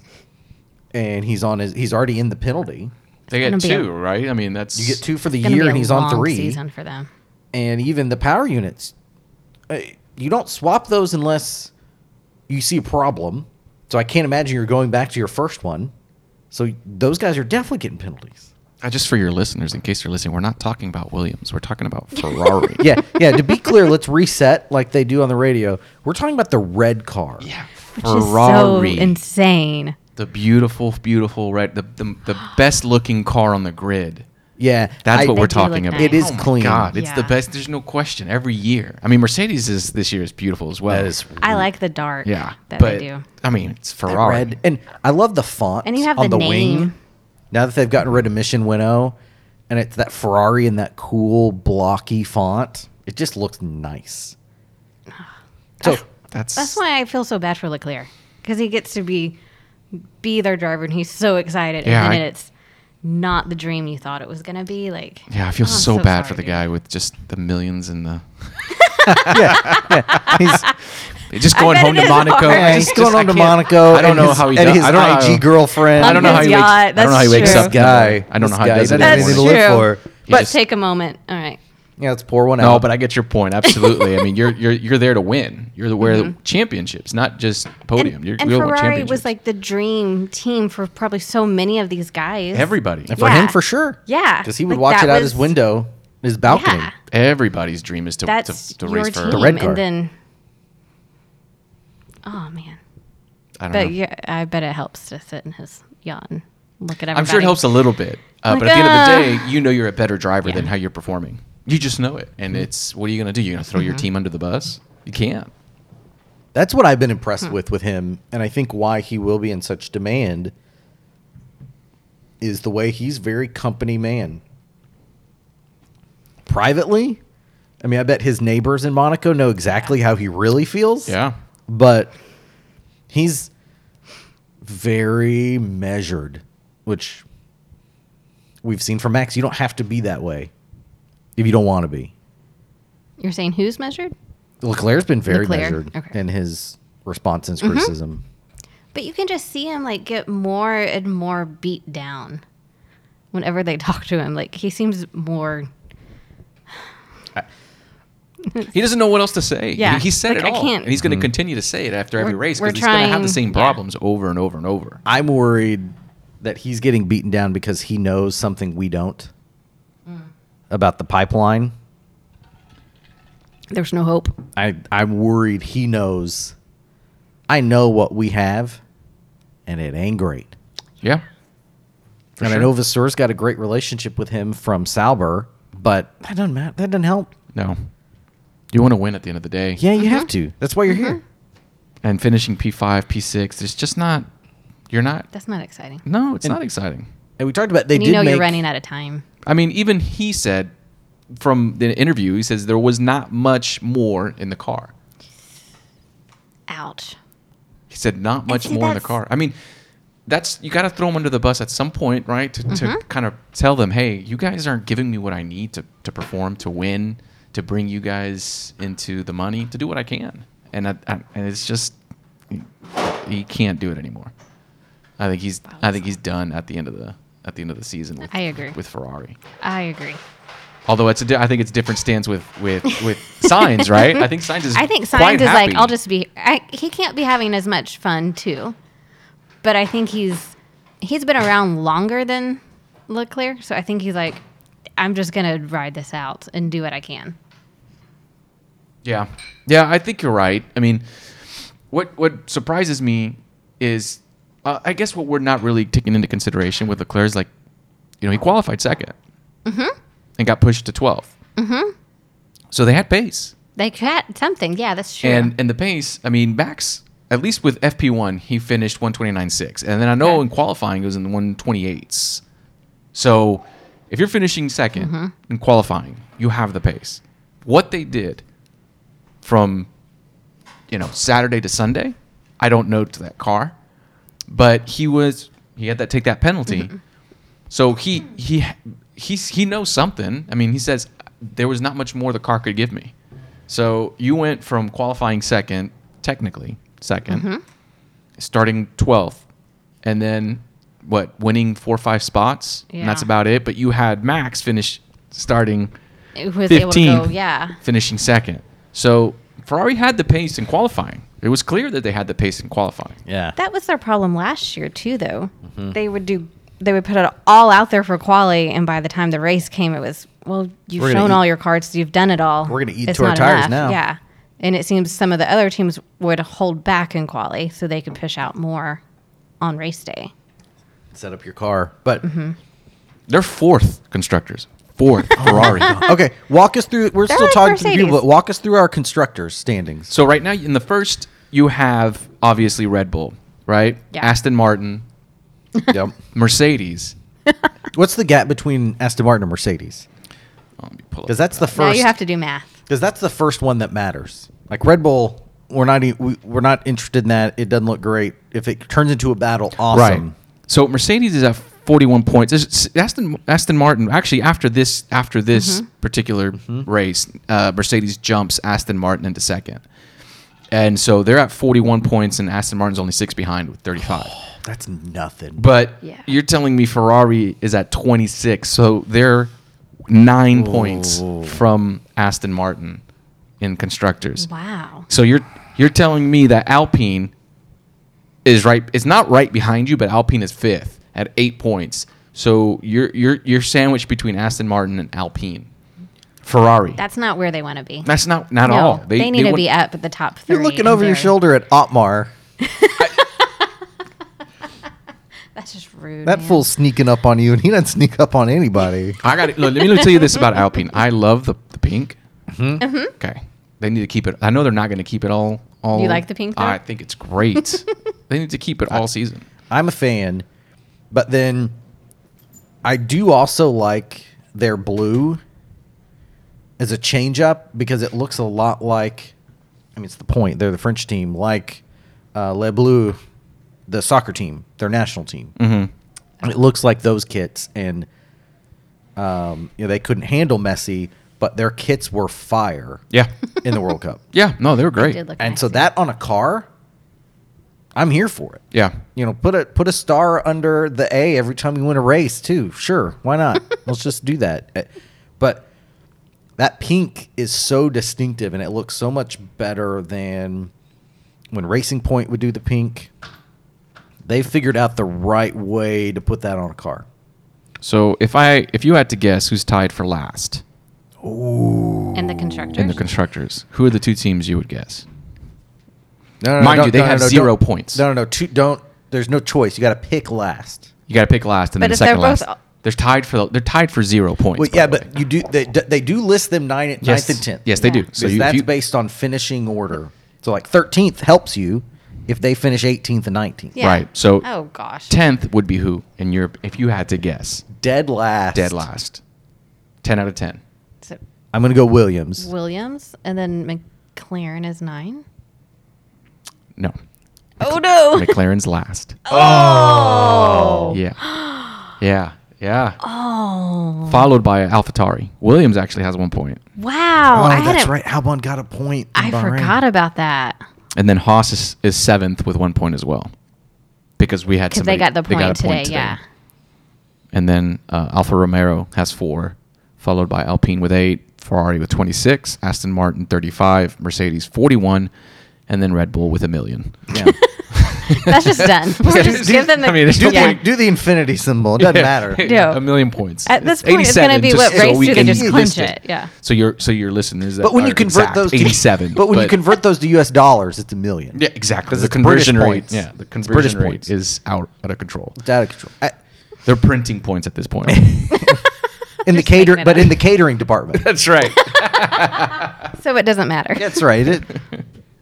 And he's on his. He's already in the penalty. they gonna get be two, a- right? I mean, that's You get two for the It's gonna be year, and a he's on long three. season for them. And even the power units, uh, you don't swap those unless you see a problem. So I can't imagine you're going back to your first one. So those guys are definitely getting penalties. Uh, just for your listeners, in case they're listening, we're not talking about Williams. We're talking about Ferrari. Yeah, yeah. To be clear, let's reset like they do on the radio. We're talking about the red car. yeah, Which is so Ferrari, insane. the beautiful, beautiful red, the the, the best looking car on the grid. yeah. That's I- what They we're do look talking about. Oh nice. It is my clean. God, it's the Yeah. best. There's no question. Every year, I mean, Mercedes is this year is beautiful as well. That is- I like the dark. yeah, that but they do. I mean, it's That Ferrari. red and I love the font And you have on the, the wing. name. Now that they've gotten rid of Mission Winnow, and it's that Ferrari in that cool blocky font, it just looks nice. So That's That's why I feel so bad for Leclerc because he gets to be be their driver and he's so excited, Yeah, and I- then it's not the dream you thought it was gonna be. Like, Yeah, I feel Oh, I'm so, bad sorry, for the dude. guy with just the millions and the he's just I going bet home it to is Monaco. hard. yeah, I he's just- going just- I on to can't- Monaco. I don't and know his, how he and does. his I don't know how- IG girlfriend. I don't know On how his he wakes. yacht, I don't know how he that's wakes true. up. This guy. I don't know This how he guy, does he it. doesn't have every that's anything morning. to live true. for. But just- take a moment. All right, Yeah, let's pour one out. No, but I get your point. Absolutely. I mean, you're you're you're there to win. You're the where the championships, not just podium. and, you're, and you want Ferrari was championships. like the dream team for probably so many of these guys. everybody. and for Yeah. him for sure. Yeah, Because he would like watch it that out was- his window, his balcony. Yeah. Everybody's dream is to That's to, to your race for. team, The red car. and then oh man, I but don't know. Uh-huh. yeah, I bet it helps to sit in his yacht and look at everybody. I'm sure it helps a little bit, uh, Like, but at the end of uh, the day, you know you're a better driver Yeah. than how you're performing. You just know it, and it's what are you going to do? You're going to throw your team under the bus? You can't. That's what I've been impressed Hmm. with with him, and I think why he will be in such demand is the way he's very company man. Privately, I mean, I bet his neighbors in Monaco know exactly how he really feels. Yeah. but he's very measured, which we've seen from Max. You don't have to be that way if you don't want to be. You're saying who's measured? Leclerc's been very Leclerc, measured okay. Mm-hmm. in his responses criticism. But you can just see him like get more and more beat down whenever they talk to him. Like he seems more. He doesn't know what else to say. Yeah. He, he said Like, it I all. can't- And he's Mm. going to continue to say it after every We're- race we're because he's going to have trying- the same yeah. problems over and over and over. I'm worried that he's getting beaten down because he knows something we don't Mm. about the pipeline. There's no hope. I I'm worried he knows. I know what we have, and it ain't great. Yeah. For and sure. I know Vasur's got a great relationship with him from Sauber, but that doesn't matter. That doesn't help. No. You want to win at the end of the day. Yeah, Mm-hmm. you have to. That's why you're here. And finishing P5, P6, it's just not, you're not, That's not exciting. no, it's And- not exciting. And we talked about they And did you know make, you're running out of time. I mean, even he said from the interview, he says there was not much more in the car. Ouch. He said not much see, more in the that's- car. I mean, that's you got to throw them under the bus at some point, right? To, Mm-hmm. to kind of tell them, hey, you guys aren't giving me what I need to, to perform, to win, to bring you guys into the money, to do what I can, and I, I, and it's just he, he can't do it anymore. I think he's I think he's done at the end of the at the end of the season. With, I agree. with Ferrari. I agree. Although it's a di- I think it's different stands with with with signs, right? I think signs is I think quite Signs is like, happy. I'll just be. I, he can't be having as much fun too, but I think he's he's been around longer than Leclerc, so I think he's like, I'm just gonna ride this out and do what I can. Yeah. Yeah, I think you're right. I mean, what what surprises me is uh, I guess what we're not really taking into consideration with Leclerc is like, you know, he qualified 2nd and got pushed to 12th. Mm-hmm. So they had pace. They got something. Yeah, that's true. And and the pace, I mean, Max, at least with FP1, he finished 129.6. And then I know Okay. in qualifying it was in the 128s. So if you're finishing 2nd in qualifying, you have the pace. What they did from you know, Saturday to Sunday, I don't know to that car, but he was he had that take that penalty. Mm-hmm. So he he he's, he knows something. I mean, he says there was not much more the car could give me. So you went from qualifying second, technically 2nd Mm-hmm. starting twelfth, and then what winning four or five spots, and that's Yeah. about it. But you had Max finish starting Who was able to go? 15th, Yeah, finishing second. So Ferrari had the pace in qualifying. It was clear that they had the pace in qualifying. Yeah. that was their problem last year too, though. Mm-hmm. They would do. They would put it all out there for quali, and by the time the race came, it was well. You've We're gonna shown eat- all your cards. You've done it all. We're gonna eat It's to our not tires now. Yeah, and it seems some of the other teams would hold back in quali so they could push out more on race day. Set up your car. But Mm-hmm. They're fourth constructors, fourth Oh. Ferrari. okay, walk us through. We're They're still like talking to the people, Mercedes. but walk us through our constructors standings. so right now in the first, you have obviously Red Bull, right? Yeah. Aston Martin, yep. Mercedes. What's the gap between Aston Martin and Mercedes? Oh, let me pull up Because that's the first. Now you have to do math. Because that's the first one that matters. Like Red Bull, we're not e- we, we're not interested in that. It doesn't look great. If it turns into a battle, awesome. Right. So Mercedes is at 41 points. There's- Aston Aston Martin actually after this after Mm-hmm. this particular race, uh, Mercedes jumps Aston Martin into second, and so they're at 41 points, and Aston Martin's only six behind with 35. That's nothing. But Yeah. you're telling me Ferrari is at 26, so they're nine points from Aston Martin in constructors. Wow. So you're you're telling me that Alpine is right it's not right behind you, but Alpine is fifth at eight points. So you're you're you're sandwiched between Aston Martin and Alpine. Ferrari. That's not where they want to be. That's not not No, all. They, need to want- be up at the top three. You're looking and over your very- shoulder at Otmar. That's just rude. That man. fool's sneaking up on you, and he doesn't sneak up on anybody. I got it. Look, let me tell you this about Alpine. I love the, the pink. Mm-hmm. Okay. They need to keep it. I know they're not going to keep it all. all Mm-hmm. You like the pink, though? I think it's great. they need to keep it all season. I'm a fan, but then I do also like their blue as a change up because it looks a lot like. I mean, it's the point. They're the French team, like uh, Le Bleu, the soccer team, their national team. Mm-hmm. And it looks like those kits, and um, you know they couldn't handle Messi, but their kits were fire Yeah. in the World Cup. Yeah. No, they were They great. did look And so nice. that on a car, I'm here for it yeah. you know, put a put a star under the A every time you win a race too. Sure, why not? Let's just do that. Uh, But that pink is so distinctive, and it looks so much better than when Racing Point would do the pink. They figured out the right way to put that on a car. So if I if you had to guess who's tied for last and the constructors. in the constructors, who are the two teams you would guess? No, Mind you, don't- they have don't- zero points. No, no, no. Two, don't. There's no choice. You got to pick last. You got to pick last and But then if they're second last. both- they're tied for the, they're tied for zero points. Well, by yeah, the way. but you do. They, they do list them nine, ninth yes, and tenth. Yes, they Yeah. do. So Because you, if that's you based on finishing order. So like 13th helps you if they finish 18th and 19th. Yeah. right. So Oh gosh. tenth would be who in Europe if you had to guess. Dead last. Dead last. Ten out of ten. So I'm going to go Williams. Williams and then McLaren is nine. No. Oh no. McLaren's last. Oh. Yeah. Yeah. Yeah. Oh. Followed by AlphaTauri. Williams actually has one point. Wow. oh, I had that's a- right. Albon got a point. in I Bahrain. forgot about that. And then Haas is, is seventh with one point as well. Because we had Because they somebody got the point, a today, Yeah. And then uh, Alfa Romero has four, followed by Alpine with eight, Ferrari with 26, Aston Martin 35, Mercedes 41, and then Red Bull with a million. Yeah. That's just done. We're just give them the. I mean, it's do, just yeah. the, do the infinity symbol. It doesn't matter. Yeah. a million points. At this point, it's gonna 87, be just what so race we do they can just list clinch it? Yeah. So your so your listeners. that But when are you convert exact, those to- 87. but when you convert those to US dollars, it's a million. Yeah, exactly. 'Cause The it's British conversion rate. points. Yeah, the It's conversion British rate points. is out out of control. It's out of control. I- They're printing points at this point. in the Just making cater it but up. in the catering department. That's right. So it doesn't matter. That's right. It,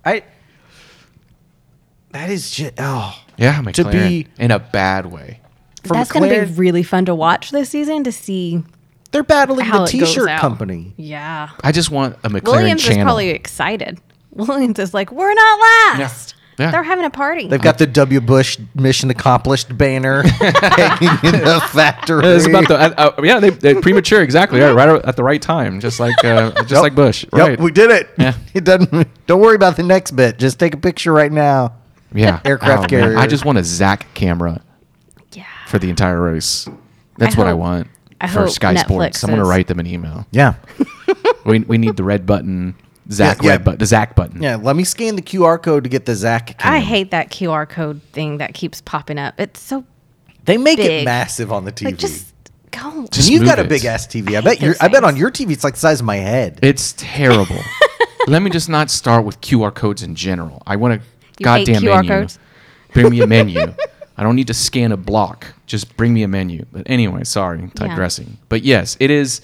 I That is just oh. Yeah, McLaren To be- in a bad way. From That's going to be McLaren- really fun to watch this season to see They're battling how the it goes t-shirt out. company. Yeah. I just want a McLaren Williams channel. is probably excited. Williams is like, we're not last. Yeah. Yeah. They're having a party. They've got the W. Bush mission accomplished banner hanging in the factory. Yeah, it's about the uh, uh, yeah they they're premature exactly right, right at the right time just like uh, just like Bush Yep, right we did it. Yeah. It doesn't. Don't worry about the next bit. Just take a picture right now. yeah Oh, aircraft man. carrier. I just want a Zach camera yeah. for the entire race that's I what I hope- want I for hope Sky Netflix Sports I'm gonna is- write them an email Yeah. we we need the red button Zach yeah. red button the Zach button Yeah. Let me scan the QR code to get the Zach. Cam. I hate that QR code thing that keeps popping up. It's so They make it big. massive on the TV. like just go. and Just- you've got a move it. big ass TV. I, I bet hate your. those I bet on things. your TV it's like the size of my head. it's terrible let me just not start with QR codes in general I want a You hate goddamn QR menu codes? bring me a menu I don't need to scan a block just bring me a menu but anyway sorry digressing but yes it is.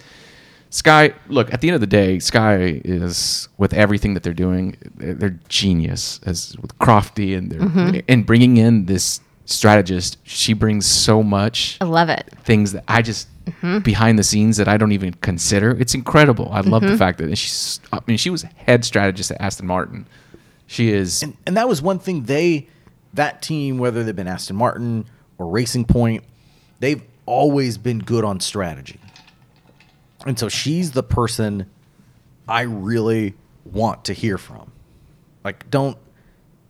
Sky, look, at the end of the day, Sky is with everything that they're doing, they're, they're genius as with Crofty and they're, Mm-hmm. and bringing in this strategist. She brings so much I love it. things that I just Mm-hmm. behind the scenes that I don't even consider. It's incredible. I love Mm-hmm. the fact that and she's I mean she was head strategist at Aston Martin. She is and, and that was one thing they that team whether they've been aston martin or racing point they've always been good on strategy and so she's the person i really want to hear from like don't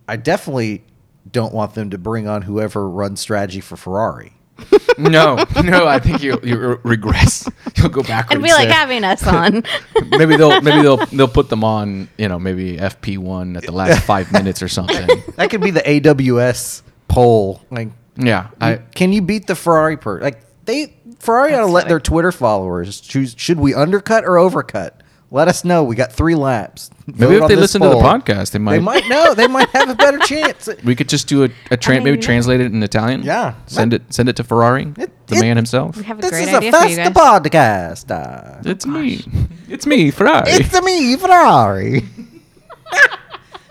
i definitely don't want them to bring on whoever runs strategy for ferrari no, no. I think you you regress. You'll go backwards. It'd be like there. having us on. maybe they'll maybe they'll they'll put them on you know maybe FP one at the last five minutes or something. that could be the aws poll like Yeah, I can you beat the Ferrari per like they Ferrari ought to That's let funny. their Twitter followers choose should we undercut or overcut Let us know. We got three laps. Maybe Vote if on they this listen to poll. the podcast, they might. they might know. They might have a better chance. We could just do a, a tra- maybe maybe not. translate it in Italian. Yeah. Send it send it to Ferrari, It- the it- man himself. We have Oh a This great is a idea for you guys. fast podcast. Uh, It's me. It's me, Ferrari. It's a me Ferrari.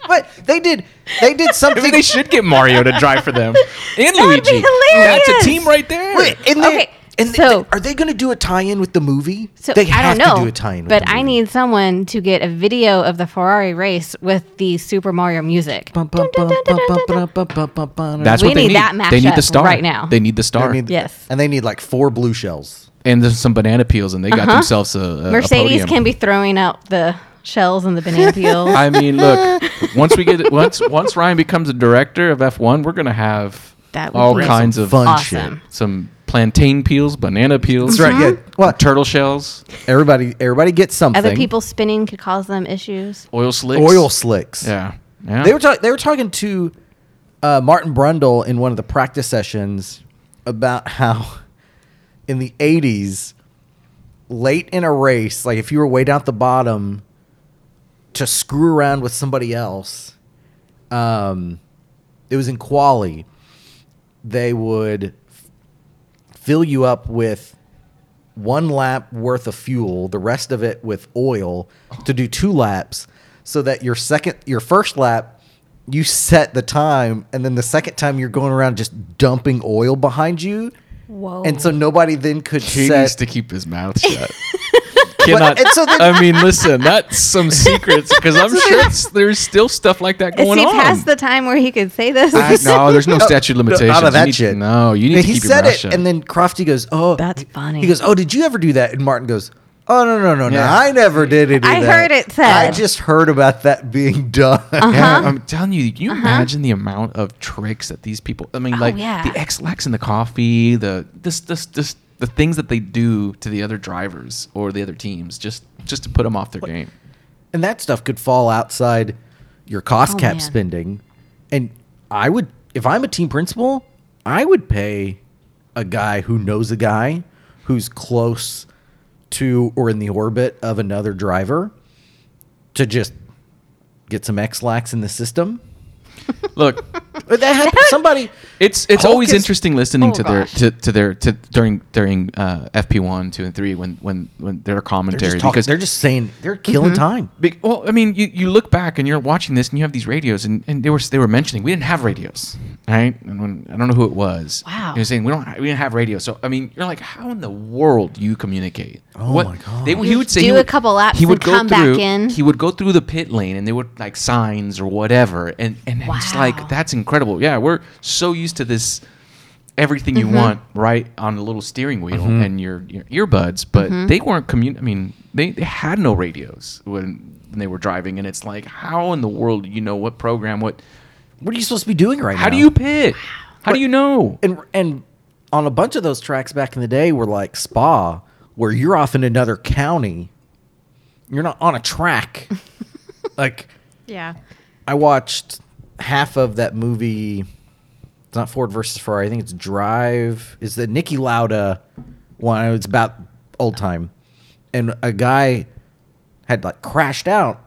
but they did. They did something. Maybe they should get Mario to drive for them and That would Luigi. be hilarious. That's a team right there. Wait, and they, Okay, and they- so- they- are they going to do a tie-in with the movie? So they I have don't know, to do a tie-in. With but the I movie. need someone to get a video of the Ferrari race with the Super Mario music. Bum, bum, bum, bum, bum, bum, bum, bum, bum, bum. That's We what they need need. that they need the mashup star right now. They need the I star mean, Yes. and they need like four blue shells. and there's some banana peels, and they got themselves a, a a Uh-huh. Mercedes podium. can be throwing out the shells and the banana peels. I mean, look. Once we get once once Ryan becomes a director of F1, we're gonna have That would all be kinds some of fun awesome. some plantain peels, banana peels. That's right. Yeah. What? Turtle shells, Everybody, everybody gets something. Mm-hmm. Other people spinning could cause them issues. oil slicks, Oil slicks. Yeah, yeah. They were talking. They were talking to uh, Martin Brundle in one of the practice sessions about how in the '80s, late in a race, like if you were way down at the bottom, to screw around with somebody else, um, it was in quali. They would f- fill you up with one lap worth of fuel, the rest of it with oil to do two laps so that your second your first lap you set the time and then the second time you're going around just dumping oil behind you. Whoa. And so nobody then could He set needs to keep his mouth shut. Cannot. and so then- I mean, listen, that's some secrets because I'm sure it's, there's still stuff like that Is going he on. past the time where he could say this? I- no, there's no statute of limitations. Out You of that need to- shit. no, you need And to he keep your said mouth it, shut. and then Crofty goes, "Oh, That's funny. He goes, "Oh, did you ever do that?" And Martin goes, "Oh no, no, no, no, Yeah. I never did any of I that. heard it said. I just heard about that being done. Yeah, I'm telling you, can you imagine the amount of tricks that these people? I mean, Oh, like yeah. the X lax in the coffee, the this this this the things that they do to the other drivers or the other teams just just to put them off their game. and that stuff could fall outside your cost Oh, cap man. spending. And I would, if I'm a team principal, I would pay a guy who knows a guy who's close to or in the orbit of another driver to just get some X lax in the system. Look, But that happened. Somebody, it's it's Hulk always is- interesting listening Oh, to their gosh. to, to their to during during uh, FP one, two, and three when when when their they're commentary just, talking, because they're just saying they're killing Mm-hmm. time. Be- well, I mean, you, you look back and you're watching this, and you have these radios, and, and they were they were mentioning we didn't have radios, right? And when I don't know who it was, Wow. they were saying we don't we didn't have radio. So I mean, you're like, how in the world do you communicate? Oh my God. They, he You would say do he a would- couple laps He would and go come back through, in. He would go through the pit lane, and they would like signs or whatever, and and it's just Wow. like that's incredible. Yeah, we're so used to this everything Mm-hmm. you want right on a little steering wheel and your, your earbuds, but Mm-hmm. they weren't commun. I mean, they, they had no radios when, when they were driving, and it's like, how in the world do you know what program? What? What are you supposed to be doing right now? How do you pit? How do you know? and and on a bunch of those tracks back in the day were like spa where you're off in another county you're not on a track like yeah. i watched half of that movie it's not ford versus ferrari i think it's drive is the nicky lauda one it's about old time and a guy had like crashed out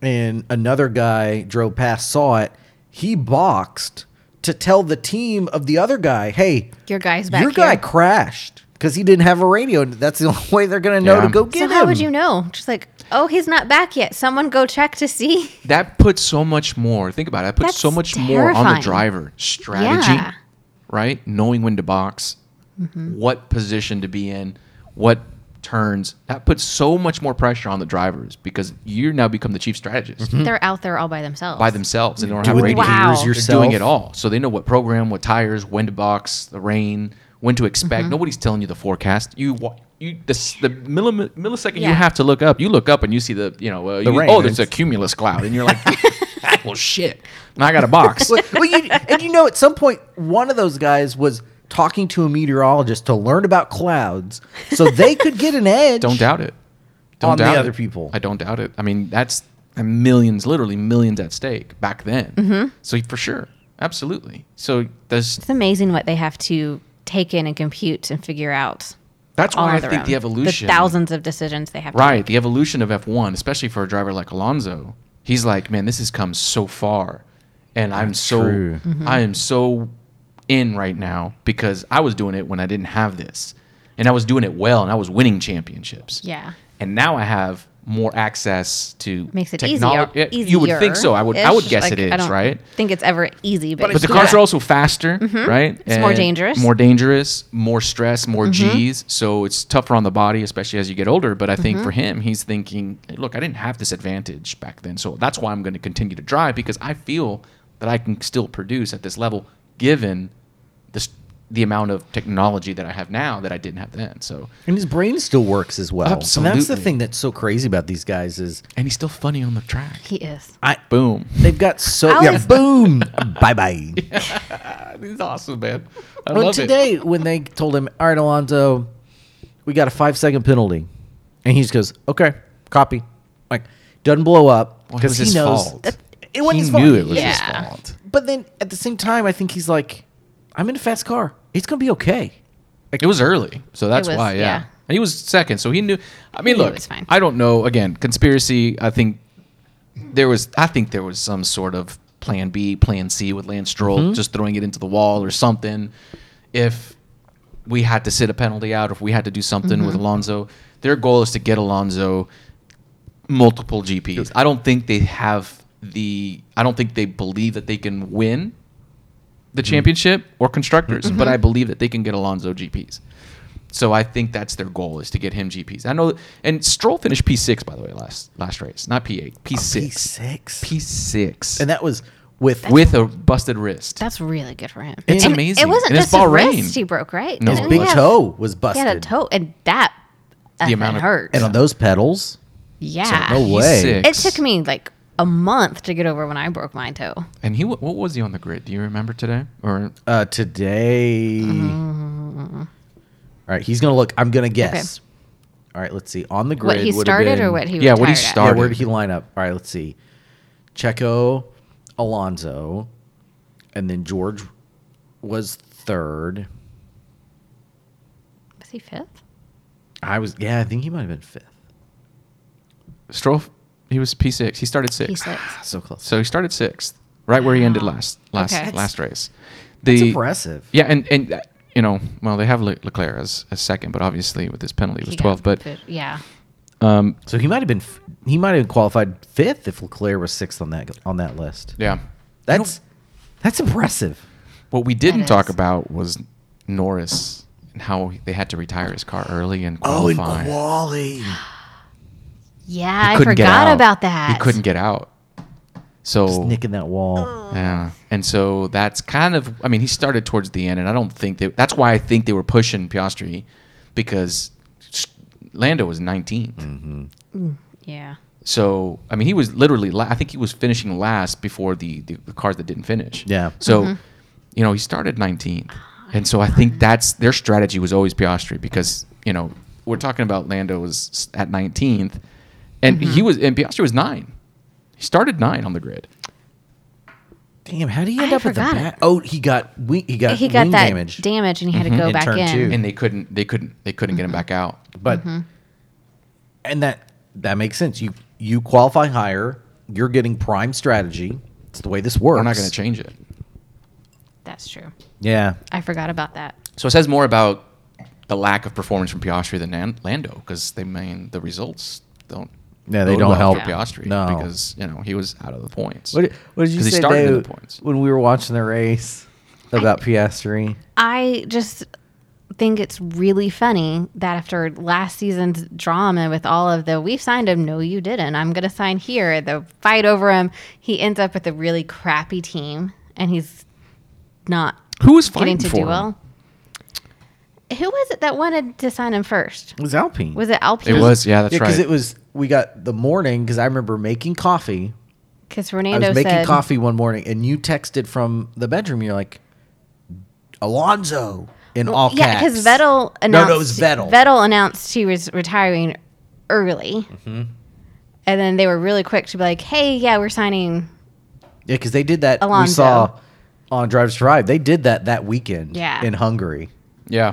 and another guy drove past saw it he boxed to tell the team of the other guy hey Your guy's back your guy here." crashed because he didn't have a radio and that's the only way they're gonna know to Yeah. go So get him how would you know? Just like, oh, he's not back yet. Someone go check to see. That puts so much more. Think about it. That puts so That's much more on the terrifying. driver strategy, Yeah. right? Knowing when to box, what position to be in, what turns. That puts so much more pressure on the drivers because you now become the chief strategist. They're out there all by themselves. Mm-hmm. by themselves. They don't have Doing radio. Mm-hmm. the gears They're yourself. doing it all, so they know what program, what tires, when to box, the rain, when to expect. Nobody's telling you the forecast. You wa- you the s- the millim- millisecond Yeah. you have to look up, you look up and you see the you know uh, you- rain. oh there's a cumulus cloud, and you're like, well shit, I got a box. well, well, you, and you know, at some point, one of those guys was talking to a meteorologist to learn about clouds so they could get an edge. don't doubt it. Don't On the doubt other it. people. I don't doubt it. I mean that's millions, literally millions at stake back then. So for sure, absolutely. So there's It's amazing what they have to take in and compute and figure out That's all why on I their think own. the evolution. thousands of decisions they have. to Right, the evolution of F1, especially for a driver like Alonso, he's like, man, this has come so far, and I'm so true. I am so in right now because I was doing it when I didn't have this, and I was doing it well, and I was winning championships. Yeah. and now I have more access to Makes it technol- easier. Yeah, You would think so. I would. I would easier-ish. guess Like, it is I don't right. Think it's ever easy, but, But the cars are also faster, right? Mm-hmm. It's more dangerous. Mm-hmm. More dangerous, more stress, more G's. So it's tougher on the body, especially as you get older. But I think for him, he's thinking, "Hey, look, I didn't have this advantage back then. So that's why I'm going to continue to drive because I feel that I can still produce at this level given this, the amount of technology that I have now that I didn't have then. So, And his brain still works as well. And that's the Absolutely. thing that's so crazy about these guys is and he's still funny on the track. he is. I Boom. they've got so I yeah, was- boom bye bye. he's awesome, man. I Well, love today when they told him, "All right, Alonzo, we got a five second penalty," and he just goes, "Okay, copy." Like doesn't blow up Well, it because was he his knows fault. that- it He wasn't his fault. knew it was Yeah. his fault. But then at the same time, I think he's like, "I'm in a fast car. It's gonna be okay." It was early, so that's was, why. Yeah. yeah. and he was second, so he knew. I mean, He knew look, it was fine. I don't know. Again, conspiracy. I think there was. I think there was some sort of plan B, plan C with Lance Stroll, Mm-hmm. just throwing it into the wall or something. If we had to sit a penalty out, if we had to do something Mm-hmm. with Alonso, their goal is to get Alonso multiple GPs. I don't think they have the. I don't think they believe that they can win the Mm-hmm. championship or constructors, but I believe that they can get Alonso GPs. So I think that's their goal is to get him GPs. I know, and Stroll finished P six by the way last last race, not P eight, P six, Oh, six, P six, and that was with with a busted wrist. That's really good for him. It's And amazing. It wasn't And it's just his Bahrain. wrist he broke, right? No, his it Didn't he big have- toe was He busted, had a toe, and that the amount of- hurt. and on those pedals, yeah, no way. It took me like a month to get over when I broke my toe. And he, wa- what was he on the grid? Do you remember today? Or Uh, today. All right, he's gonna look. I'm gonna guess. All right, let's see. On the grid, What he would've started been- or what he Yeah, what he retired at? started. Yeah, where did he line up? All right, let's see. Checo, Alonso, and then George was third. Was he fifth? I was yeah, I think he might have been fifth. Stroll, he was P six. He started sixth. He sixth. Ah, So close. So he started sixth, right where he ended last last Okay. last race. It's The impressive. yeah, and and uh, you know, well, they have Le- Leclerc as, as second, but obviously with this penalty, it was He got twelve. But fifth. yeah, um, So he might have been f- he might have qualified fifth if Leclerc was sixth on that on that list. yeah, That's that's impressive. what we didn't is. talk about was Norris and how they had to retire his car early and Oh, and qualify. quali. yeah. I couldn't get forgot out. about that. He couldn't get out. So Nicking that wall. Oh. Yeah. And so that's kind of, I mean, he started towards the end, and I don't think that, that's why I think they were pushing Piastri because Lando was 19th. Yeah. So, I mean, he was literally, la- I think he was finishing last before the, the, the cars that didn't finish. Yeah. So, you know, he started 19th. And so I think that's their strategy was always Piastri because, you know, we're talking about Lando was s- at 19th, and he was, and Piastri was nine. He started nine on the grid. Damn, how do you end I up at the forgot back? Oh, he got we he got He got wing that damage. damage. and he had to Mm-hmm. go In back turn in. two. and they couldn't they couldn't they couldn't get him back out but Mm-hmm. and that that makes sense. You you qualify higher. You're getting prime strategy. It's the way this works. we're not going to change it That's true. Yeah, I forgot about that. so it says more about the lack of performance from Piastri than Nan- Lando because they mean the results don't Yeah, they bode don't well for help. Piastri No. because you know he was out of the points What, what did you 'Cause say he started in Dave, the points when we were watching the race about Piastri? I just think it's really funny that after last season's drama with all of the we've signed him, no, you didn't. I'm gonna sign here. The fight over him, he ends up with a really crappy team, and he's not who was fighting getting to for do him? well. Who was it that wanted to sign him first? It was Alpine. Was it Alpine? it was yeah that's yeah, right because it was we got the morning because I remember making coffee. because I Fernando was making said coffee one morning, and you texted from the bedroom. You're like, Alonzo in all Yeah, caps. because Vettel announced. No, no, it was Vettel. Vettel announced he was retiring early, and then they were really quick to be like, "Hey, yeah, we're signing." Yeah, because they did that. We Alonso. saw on Drive to Survive. They did that that weekend. Yeah. in Hungary. yeah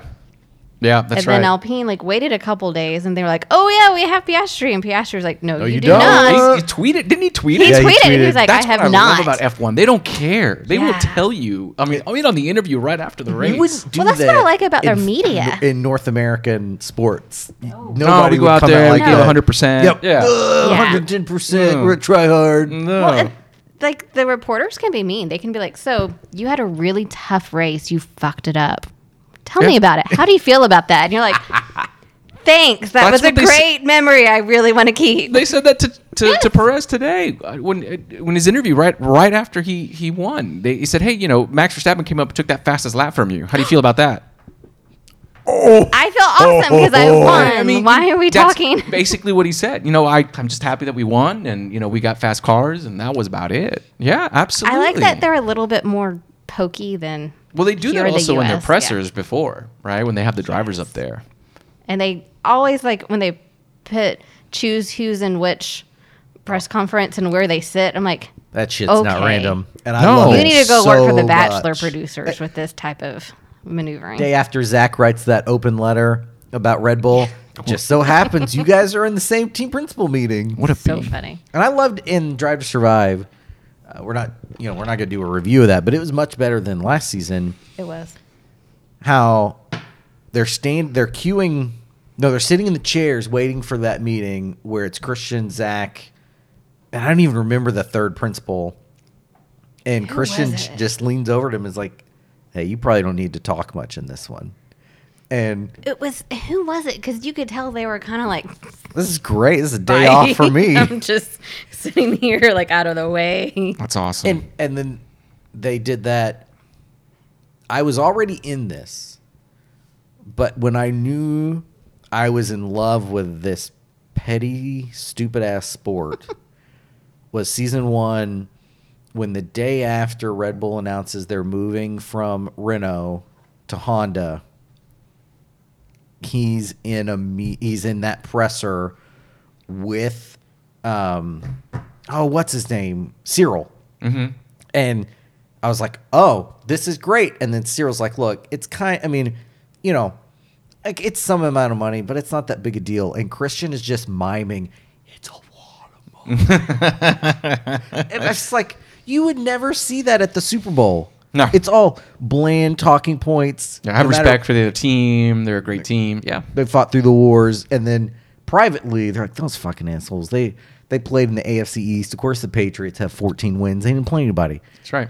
Yeah, that's and right. then Alpine like waited a couple days, and they were like, "Oh yeah, we have Piastri," and Piastri was like, "No, you, you do don't. not." he, he tweeted. Didn't he tweet He it? Yeah, he tweeted, and he tweeted. was like, That's "I have what not." I love about F1. They don't care. They will Yeah. tell you. I mean, I mean, on the interview right after the race. You wouldn't do Well, that's that what I like about their in- media. in North American sports. Nobody no, we go would out come there. like we give that. 100. percent Yep. Yeah. Mm. Yeah. 110 percent. We're gonna try hard. no. Well, it, like the reporters can be mean. They can be like, "So you had a really tough race. You fucked it up. Tell me about it. How do you feel about that?" And you're like, "Thanks. That That's was a what they s- great memory. I really want to keep." they said that to, to, Yes. to Perez today uh, when uh, when his interview right right after he he won. They, he said, "Hey, you know, Max Verstappen came up and took that fastest lap from you. How do you feel about that?" I feel awesome because I won. Why are we that's talking? basically, what he said. You know, I I'm just happy that we won, and you know, we got fast cars, and that was about it. Yeah, absolutely. I like that they're a little bit more pokey than Well, they do here that in the also in their US, yeah. pressers before, right? When they have the drivers up there. and they always like when they put choose who's in which press conference and where they sit. I'm like, That shit's not Okay. random. And I No. love you it need to go work for so the Bachelor much. producers with this type of maneuvering. Day after Zach writes that open letter about Red Bull, just so happens you guys are in the same team principal meeting. What a so bee. funny. And I loved in Drive to Survive. Uh, we're not, you know, we're not going to do a review of that, but it was much better than last season. It was. How they're stand, they're queuing. No, they're sitting in the chairs waiting for that meeting where it's Christian, Zach, and I don't even remember the third principal. And Who Christian was j- it? just leans over to him and is like, "Hey, you probably don't need to talk much in this one." And It was who was it? Because you could tell they were kind of like this is great. This is a day "Bye." off for me. I'm just sitting here like out of the way. That's awesome. and and then they did that i was already in this but when i knew i was in love with this petty stupid ass sport was season one when the day after red bull announces they're moving from renault to honda he's in a me- he's in that presser with um oh what's his name cyril Mm-hmm. and I was like, "Oh, this is great." And then Cyril's like, "Look, it's kind. I mean, you know, like it's some amount of money, but it's not that big a deal." And Christian is just miming, "It's a lot of money." and I was just like, "You would never see that at the Super Bowl. No. it's all bland talking points. Yeah, I have no matter- respect for the other team. They're a great team. Yeah. they fought through the wars, and then privately, they're like those fucking assholes. They they played in the AFC East. Of course, the Patriots have 14 wins. They didn't play anybody." That's right.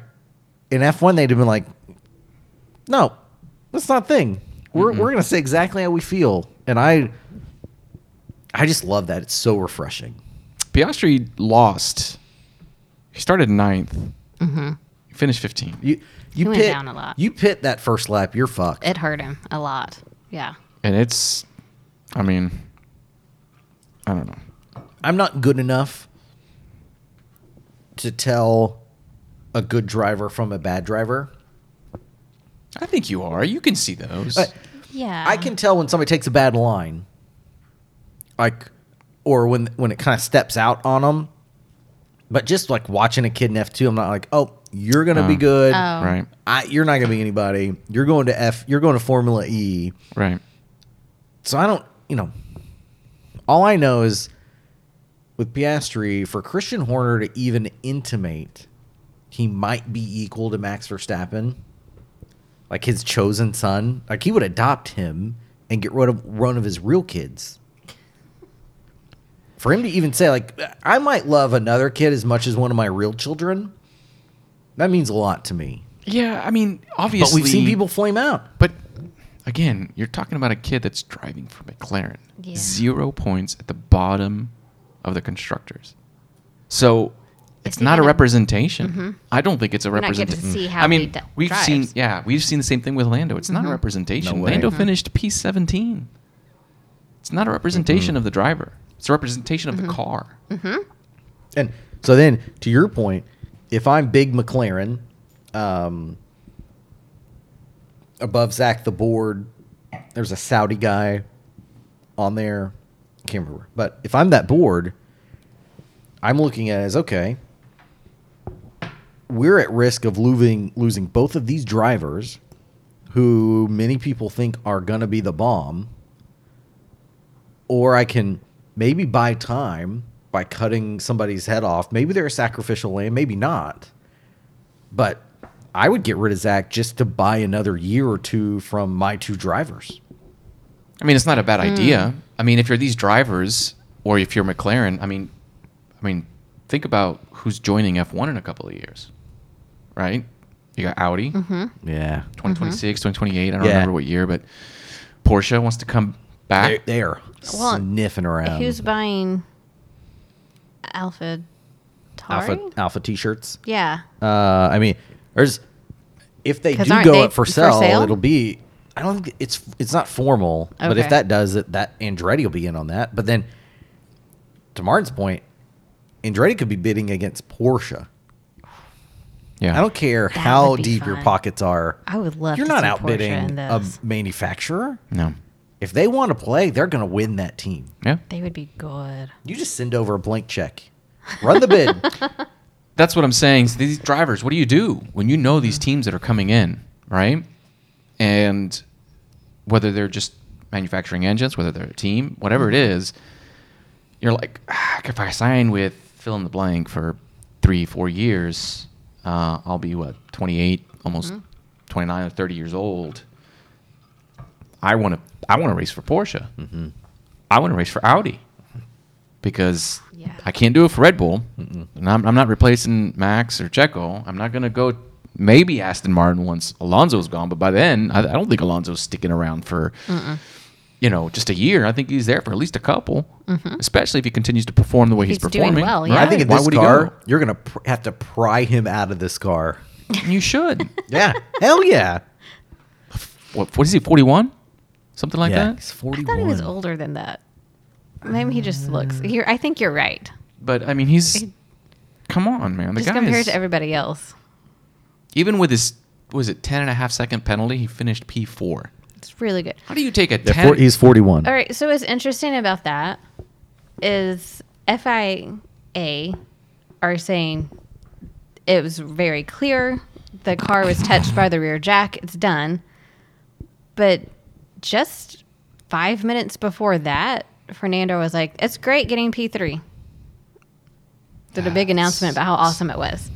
in F1 they'd have been like, no, that's not a thing. We're, we're going to say exactly how we feel. And I I just love that. It's so refreshing. Piastri lost. He started ninth. He finished 15. You you He went pit down a lot. you pit that first lap, you're fucked. It hurt him a lot. Yeah. And it's, I mean, I don't know. I'm not good enough to tell a good driver from a bad driver. I think you are. You can see those. But Yeah. I can tell when somebody takes a bad line, like, or when when it kind of steps out on them. But just like watching a kid in F two, I'm not like, oh, you're gonna be Oh. good. Oh. right. I, you're not gonna be anybody. You're going to F. You're going to Formula E. Right. So I don't, you know. All I know is, with Piastri, for Christian Horner to even intimate he might be equal to Max Verstappen, like his chosen son, like he would adopt him and get rid of one of his real kids. For him to even say, like, I might love another kid as much as one of my real children, that means a lot to me. Yeah. I mean, But obviously. we've seen people flame out. But again, you're talking about a kid that's driving for McLaren. Yeah. Zero points at the bottom of the constructors. So it's he not a gonna- representation. I don't think it's a Mm-hmm. not getting to representation. see I how mean, he d- we've seen drives. Mm-hmm. yeah, we've seen the same thing with Lando. It's not a representation. No way. Mm-hmm. Lando finished P17. It's not a representation Mm-hmm. of the driver. It's a representation Mm-hmm. of the car. Mm. And so then, to your point, if I'm big McLaren, um, above Zach the board, there's a Saudi guy on there. Can't remember. But if I'm that board, I'm looking at it as okay. We're at risk of losing losing both of these drivers, who many people think are going to be the bomb, or I can maybe buy time by cutting somebody's head off. Maybe they're a sacrificial lamb, maybe not. But I would get rid of Zach just to buy another year or two from my two drivers. I mean, it's not a Mm. bad idea. I mean, if you're these drivers or if you're McLaren, I mean, I mean, think about who's joining F1 in a couple of years, right? You got Audi, Mm-hmm, Yeah. 2026, 2028. I don't Yeah. remember what year, but Porsche wants to come back. They're Well, sniffing around. Who's buying Alpha Tari? alpha alpha t-shirts. Yeah. Uh, I mean, there's if they 'Cause do aren't go they up for for sale, sale? it'll be. I don't think it's it's not formal, but if Okay. that does it, that Andretti will be in on that. But then, to Martin's point, Andretti could be bidding against Porsche. Yeah. I don't care how would be deep your fun. pockets are. I would love You're to not see Porsche outbidding in a this. manufacturer. No. If they want to play, they're going to win that team. Yeah. They would be good. You just send over a blank check, run the bid. That's what I'm saying. So these drivers, what do you do when you know these teams that are coming in, right? And whether they're just manufacturing engines, whether they're a team, whatever it is, you're like, "Ah, if I sign with fill in the blank for three, four years, uh, I'll be what 28, almost 29 or 30 years old. I want to, I want to race for Porsche. I want to race for Audi because Yeah. I can't do it for Red Bull. And I'm, I'm not replacing Max or Checo. I'm not going to go. Maybe Aston Martin once Alonso's gone, but by then I, I don't think Alonso's sticking around for you know, just a year. I think he's there for at least a couple, especially if he continues to perform the way he's, Mm-hmm. He's doing performing. well, yeah. I think Right, in why this would car, you're going to pr- have to pry him out of this car. he go? You should. Yeah, hell yeah. what, what is he? Forty-one, something like yeah, that. 41. I thought he was older than that. Maybe he just looks. You're, I think you're right. But I mean, he's. He- come on, man. The Just guy compared is- to everybody else, even with his was it 10 and a half second penalty, he finished P four. it's really good. How do you take a Yeah, ten? four- he's 41. All right. So what's interesting about that is FIA are saying it was very clear the car was touched by the rear jack. It's done. But just five minutes before that, Fernando was like, "It's great getting P three. Did a big announcement about how awesome it was.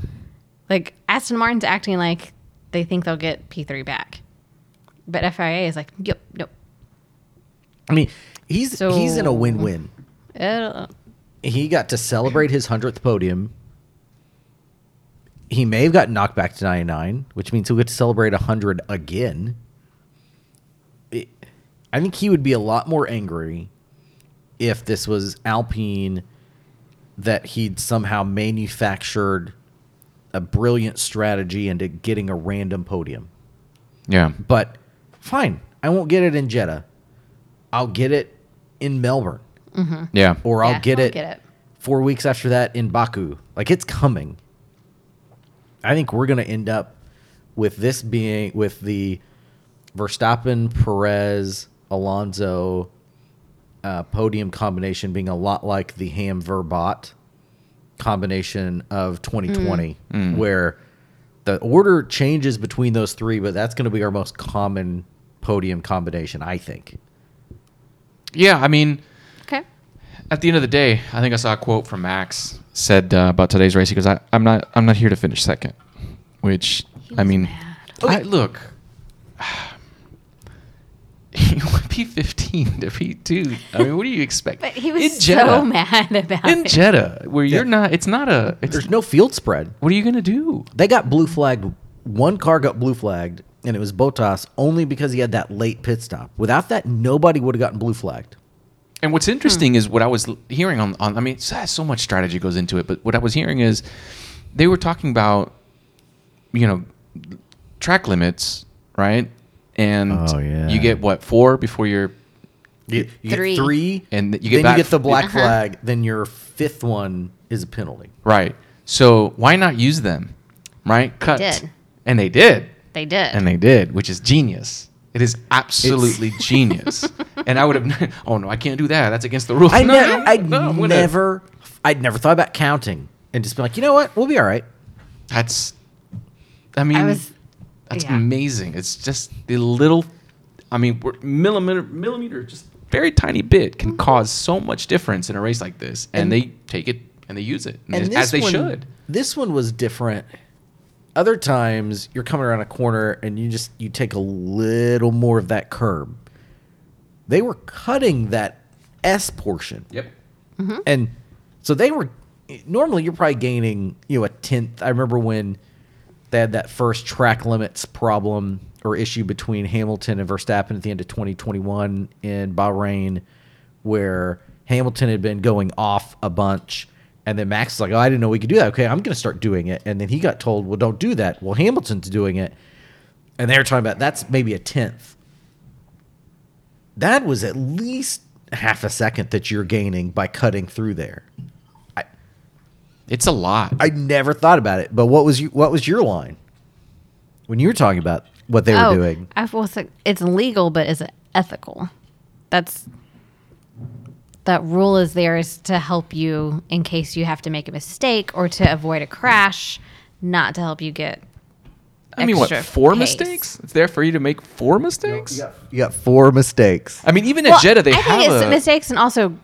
Like Aston Martin's acting like they think they'll get P three back, but FIA is like, "Yep, nope." I mean, he's So- he's in a win-win. It'll- He got to celebrate his 100th podium. He may have gotten knocked back to 99, which means he'll get to celebrate 100 again. It- I think he would be a lot more angry if this was Alpine that he'd somehow manufactured a brilliant strategy into getting a random podium. yeah, Mm-hmm. But fine, I won't get it in Jeddah. I'll get it in Melbourne, yeah. or I'll Yeah, get I'll it get it. four weeks after that in Baku. Like it's coming. I think we're going to end up with this being with the Verstappen, Perez, Alonso uh, podium combination being a lot like the Ham Verbot combination of 2020, where the order changes between those three, but that's going to be our most common podium combination, I think. Yeah, I mean, Okay. at the end of the day, I think I saw a quote from Max said uh, about today's race. He goes, I, "I'm not, I'm not here to finish second, which I mean, I, look, he went P15 to P2. I mean, what do you expect? But he was in so Jeddah, mad about in it. Jeddah, where you're not. It's not a. It's, There's no field spread. what are you gonna do? They got blue flagged. One car got blue flagged, and it was Botas only because he had that late pit stop. Without that, nobody would have gotten blue flagged. And what's interesting is what I was l- hearing on, on I mean, so so much strategy goes into it, but what I was hearing is they were talking about, you know, track limits, right? And Oh, yeah. you get what, four before you're, You, you Three. get three, And th- you get then back- Uh-huh. you get the black flag. Then your fifth one is a penalty. right. So why not use them, right? Cut. did. And they did. They did. And they did, which is genius. It is absolutely genius. And I would have, oh no, I can't do that. That's against the rules. I no, never, no, I no, I'm gonna- never, I'd never thought about counting and just be like, you know what, we'll be all right. That's, I mean, I was That's Yeah. amazing. It's just the little, I mean, we're- millimeter, millimeter, just very tiny bit Mm-hmm. can cause so much difference in a race like this. And, And- they take it and they use it and And they- as they this one- should. This one was different. Other times you're coming around a corner and you just you take a little more of that curb. They were cutting that S portion. Yep. And so they were normally you're probably gaining, you know, a tenth. I remember when they had that first track limits problem or issue between Hamilton and Verstappen at the end of 2021 in Bahrain, where Hamilton had been going off a bunch. And then Max is like, oh, I didn't know we could do that. Okay, I'm going to start doing it. And then he got told, well, don't do that. Well, Hamilton's doing it. And they were talking about that's maybe a tenth that was at least half a second that you're gaining by cutting through there. It's a lot. I never thought about it, but what was you, what was your line when you were talking about what they oh, were doing? I was like, it's legal, but is it ethical? That's that rule is there is to help you in case you have to make a mistake or to avoid a crash, not to help you get. I mean, what, extra four pace. mistakes? It's there for you to make four mistakes? You got, you got four mistakes. I mean, even at Jeddah, they I have think it's a- mistakes and also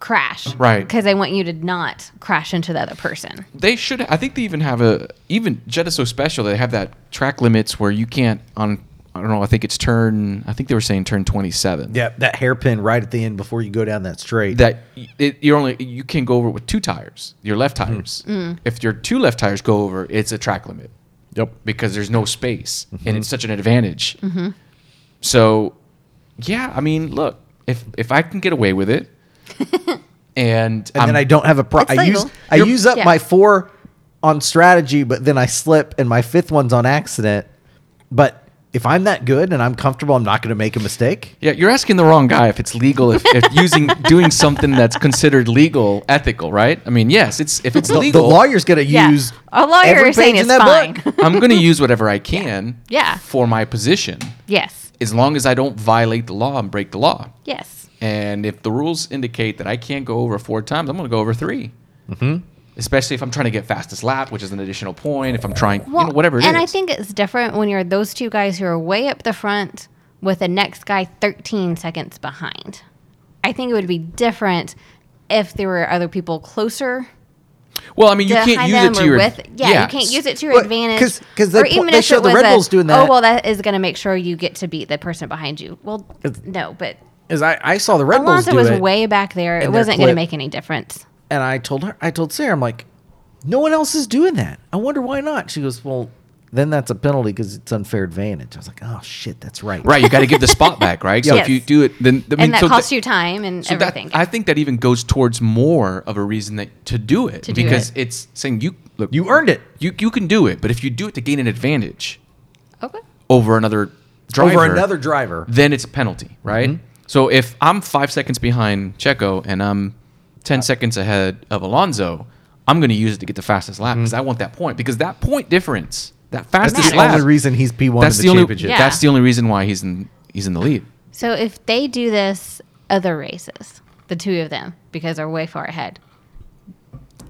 crash, Right. Because they want you to not crash into the other person. they should i think they even have a even jeddah's so special they have that track limits where you can't on i don't know i think it's turn i think they were saying turn 27 Yeah, that hairpin right at the end before you go down that straight. that y- it, you're only you can go over with two tires your left Mm-hmm. tires if your two left tires go over it's a track limit yep. because there's no space Mm-hmm. and it's such an advantage so yeah i mean look if if i can get away with it and, And I'm- then I don't have a pro. It's I legal. use I You're- use up yeah. my four on strategy, but then I slip, and my fifth one's on accident. But if I'm that good and I'm comfortable, I'm not going to make a mistake. Yeah, you're asking the wrong guy if it's legal if, if using doing something that's considered legal ethical, right? I mean, yes, it's if it's The, the legal, lawyer's going to use yeah. a lawyer every is saying page it's in that fine. book. I'm going to use whatever I can Yeah. for my position yes, as long as I don't violate the law and break the law. yes, And if the rules indicate that I can't go over four times, I'm going to go over 3 Especially if I'm trying to get fastest lap, which is an additional point. If I'm trying, you know, whatever it is. and I think it's different when you're those two guys who are way up the front with the next guy 13 seconds behind. I think it would be different if there were other people closer. well, I mean, you can't behind use them it to or your with, yeah, you can't yes. use it to your Well, advantage 'cause- 'cause they Or pu- even they if show it the was Red a, Bulls doing Oh that. well, that is going to make sure you get to beat the person behind you. Well, no, but Is I, I saw the Red Bulls Alonso do was it. way back there. It their wasn't going to clip. make any difference. And I told her, I told Sarah, I'm like, no one else is doing that. I wonder why not. She goes, well, then that's a penalty because it's unfair advantage. I was like, oh shit, that's right. right. You got to give the spot back, right? So Yes. if you do it, then I mean, and that so costs the- you time and So that, everything. I think that even goes towards more of a reason that to do it To do because it. it's saying you look You earned it. you you can do it, but if you do it to gain an advantage okay. over another driver, Over another Mm-hmm. driver. then it's a penalty, right? So if I'm five seconds behind Checo and I'm Uh, ten seconds ahead of Alonso, I'm going to use it to get the fastest lap because I want that point because that point difference, that fastest Mm-hmm. That's the lap, only reason he's P1 that's in the the, only championship. Yeah. that's the only reason why he's in he's in the lead. So if they do this other races, the two of them, because they're way far ahead,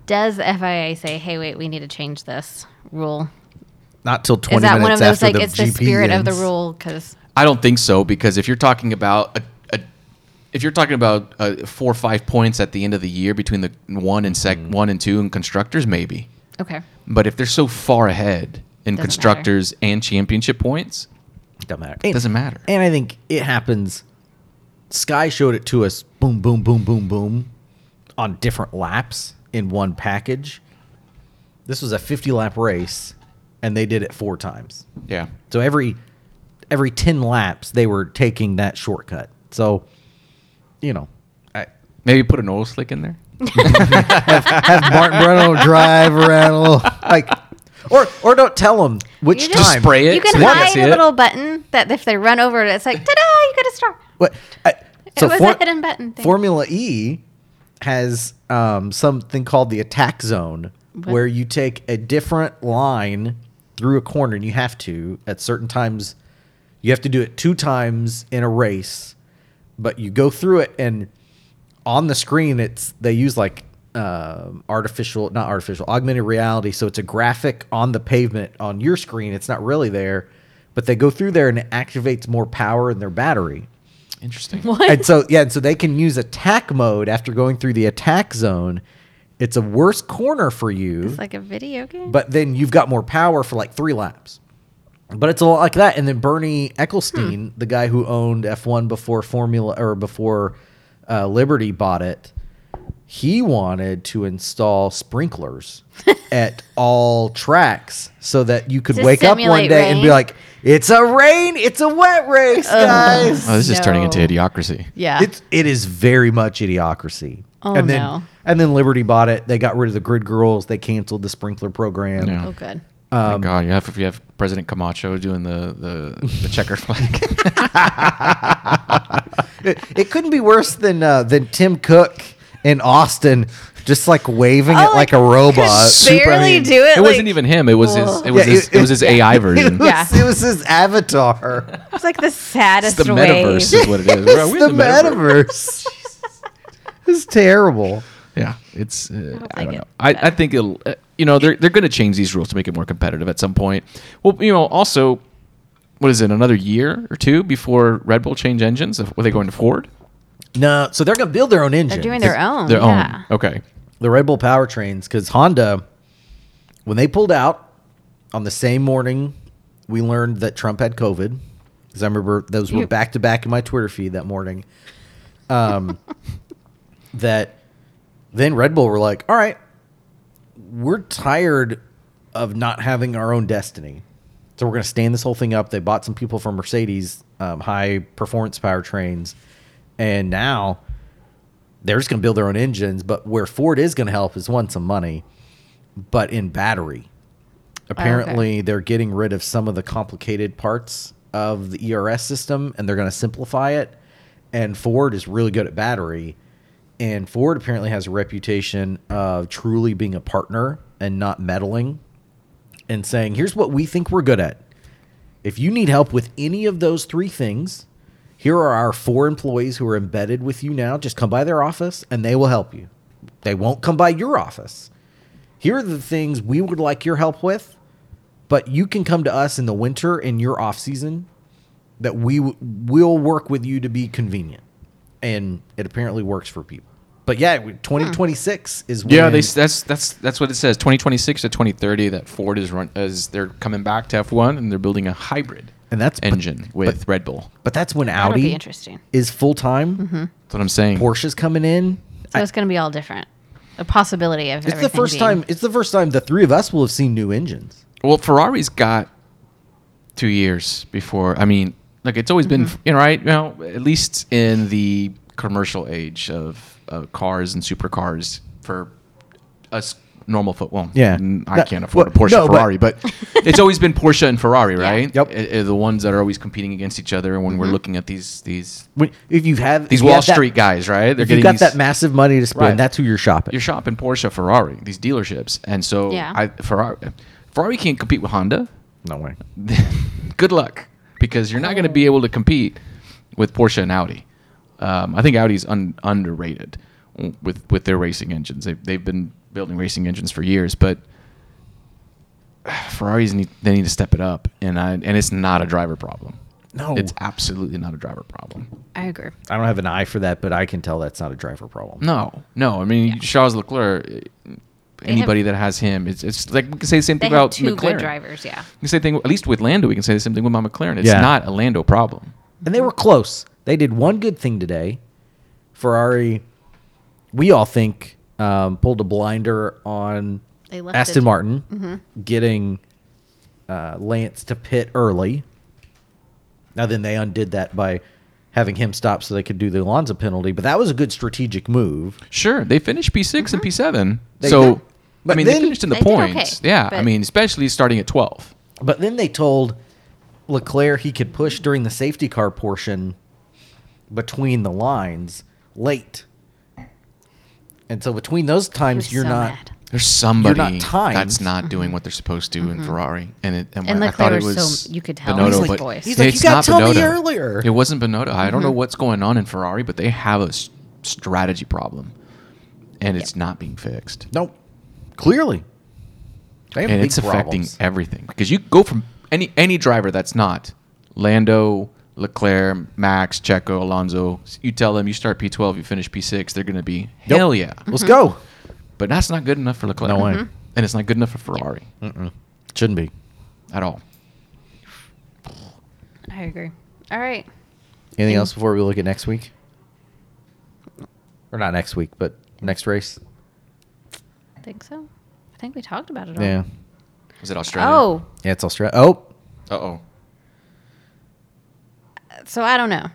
does FIA say, "Hey, wait, we need to change this rule"? Not till 20 Is that minutes one of those after like the it's the GP spirit of the ends. rule? Because I don't think so because if you're talking about a, a if you're talking about uh, four or five points at the end of the year between the one and sec Mm-hmm. one and two and constructors maybe, okay, but if they're so far ahead Doesn't in matter. constructors and championship points, Doesn't matter. it And, doesn't matter. and I think it happens. Sky showed it to us. Boom, boom, boom, boom, boom, on different laps in one package. This was a 50 lap race, and they did it four times. yeah, So every every ten laps, they were taking that shortcut. So, you know, I maybe put an oil slick in there. have Martin Brundle drive around a little, like, or or don't tell them which You time. Just spray it. you can so they can't hide see a it. little button that if they run over it, it's like, "Ta-da! You got a straw." What? I, so was for- a hidden button thing. Formula E has um, something called the attack zone, What? where you take a different line through a corner, and you have to at certain times. You have to do it two times in a race, but you go through it, and on the screen, it's they use like um artificial, not artificial, augmented reality. So it's a graphic on the pavement on your screen. It's not really there, but they go through there and it activates more power in their battery. Interesting. Oh, What? And so yeah, and so they can use attack mode after going through the attack zone. It's a worse corner for you it's like a video game. but then you've got more power for like three laps. But it's a lot like that. And then Bernie Ecclestone, Hmm. the guy who owned F1 before Formula or before uh, Liberty bought it, he wanted to install sprinklers at all tracks so that you could To wake up one simulate day and be rain? like, "It's a rain, it's a wet race, guys." Oh, this is turning into No. idiocracy. yeah. It's it is very much idiocracy. Oh, and then no. and then Liberty bought it. They got rid of the grid girls. They canceled the sprinkler program. Yeah. oh, good. Um, Thank God, you have you have President Camacho doing the the, the checker flag. it, it couldn't be worse than uh, than Tim Cook in Austin, just like waving it Oh, like like, a robot. could barely do it. it wasn't like- oh. even him. It was his. It was Yeah, his. It was his AI version. It was, Yeah. it was his avatar. It's like the It's saddest the way. metaverse is what it is. It's We're- we're the in the metaverse. metaverse. it's terrible. Yeah, it's. Uh, don't I think don't know. it's I, I better. think it'll. Uh, you know, they're they're going to change these rules to make it more competitive at some point. Well, you know, also, what is it? Another year or two before Red Bull change engines? Were they going to Ford? No, so they're gonna build their own engine. They're doing their own. Their Oh, yeah. own. Okay. the Red Bull powertrains because Honda, when they pulled out on the same morning, we learned that Trump had COVID. Because I remember those were back to back in my Twitter feed that morning. Um, that then Red Bull were like, all right, we're tired of not having our own destiny. So we're going to stand this whole thing up. They bought some people from Mercedes, um, high performance powertrains. And now they're just going to build their own engines. But where Ford is going to help is one, some money, but in battery. Apparently, they're getting rid of some of the complicated parts of the ERS system and they're going to simplify it. And Ford is really good at battery. And Ford apparently has a reputation of truly being a partner and not meddling and saying, here's what we think we're good at. If you need help with any of those three things, here are our four employees who are embedded with you now. Just come by their office and they will help you. They won't come by your office. Here are the things we would like your help with, but you can come to us in the winter in your off season that we w- will work with you to be convenient. And it apparently works for people. But yeah, Hmm. 2026 is when Yeah, they, s- that's that's that's what it says. 2026 to 2030, that Ford is run as they're coming back to F1 and they're building a hybrid And that's- but- engine with Red Bull. but that's when That'll be Audi interesting. Mm-hmm. is full time. That's what I'm saying. Porsche's coming in. So it's going to be all different. The possibility of It's the everything first being- time. It's the first time the three of us will have seen new engines. Well, Ferrari's got two years before. I mean, like it's always been, you know, right? You know, at least in the commercial age of, of cars and supercars for us normal foot. Well, Yeah. n- I That- can't afford well, a Porsche no, but- Ferrari, but, it's always been Porsche and Ferrari, right? Yep. I- I- the ones that are always competing against each other when we're looking at these these When, if you have these if you Wall have that- Street guys, right? They're if you got these, that massive money to spend. Right. That's who you're shopping. you're shopping Porsche, Ferrari, these dealerships, and so Yeah. I, Ferrari, Ferrari can't compete with Honda. no way. good luck because you're not going to Oh. be able to compete with Porsche and Audi. Um, I think Audi's un- underrated with with their racing engines. They've, they've been building racing engines for years, but Ferraris need they need to step it up, and I, and it's not a driver problem. No. it's absolutely not a driver problem. I agree. I don't have an eye for that, but I can tell that's not a driver problem. No, no. I mean Charles Leclerc. eh, Anybody that has him, it's, it's like we can say the same They thing have about two McLaren. good drivers. Yeah. We can say the thing at least with Lando. We can say the same thing with my McLaren. It's Yeah. not a Lando problem. And they were close. They did one good thing today. Ferrari, we all think, um, pulled a blinder on They left Aston it- Mm-hmm. Martin getting uh, Lance to pit early. Now, then they undid that by having him stop so they could do the Alonso penalty, but that was a good strategic move. Sure, they finished P 6 Uh-huh. and P seven. They so did. I But mean, then- they finished in the They did okay, points. yeah, I but- mean, especially starting at twelve. But then they told Leclerc he could push during the safety car portion between the lines late. And so between those times, was you're so not. mad. There's somebody timed. that's not doing what they're supposed to in Ferrari, and it, and, Mm-hmm. And when I thought it Leclerc was was so- you could tell Binotto, in his but voice. He's like, it's "You gotta not tell me Binotto. earlier." It wasn't Bonota. I don't know Mm-hmm. what's going on in Ferrari, but they have a s- strategy problem, and it's not being fixed, Nope. Clearly. They have and big it's affecting problems. everything because you go from any any driver that's not Lando, Leclerc, Max, Checo, Alonso, you tell them you start P12, you finish P6, they're going to be Yep. hell yeah. Mm-hmm. Let's go. But that's not good enough for Leclerc. No way. Mhm. And it's not good enough for Ferrari Mm-hmm. Shouldn't be. at all. I agree. All right. Anything else before we look at next week? Or not next week, but next race. I think so. I think we talked about it all. Yeah. Is it Australia? Oh, Yeah, it's Australia. Oh, Uh oh. so I don't know.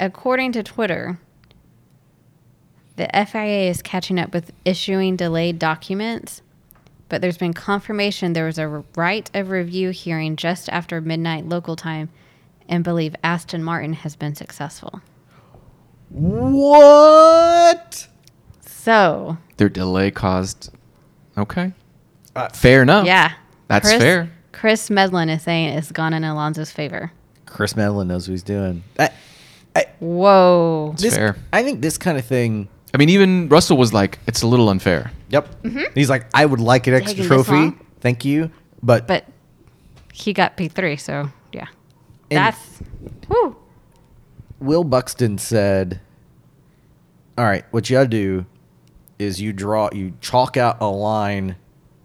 According to Twitter, the FIA is catching up with issuing delayed documents, but there's been confirmation there was a right of review hearing just after midnight local time, and believe Aston Martin has been successful. What? So Their delay caused. Okay. fair enough. yeah, That's Chris, fair. Chris Medlin is saying it's gone in Alonso's favor. Chris Medlin knows what he's doing. I, Whoa. this, fair. I think this kind of thing. I mean, even Russell was like, it's a little unfair. Yep. He's like, I would like an Taking extra this trophy. long? Thank you. But, but he got P three, so yeah. And- That's whew. Will Buxton said, "All right, what you gotta do is you draw, you chalk out a line,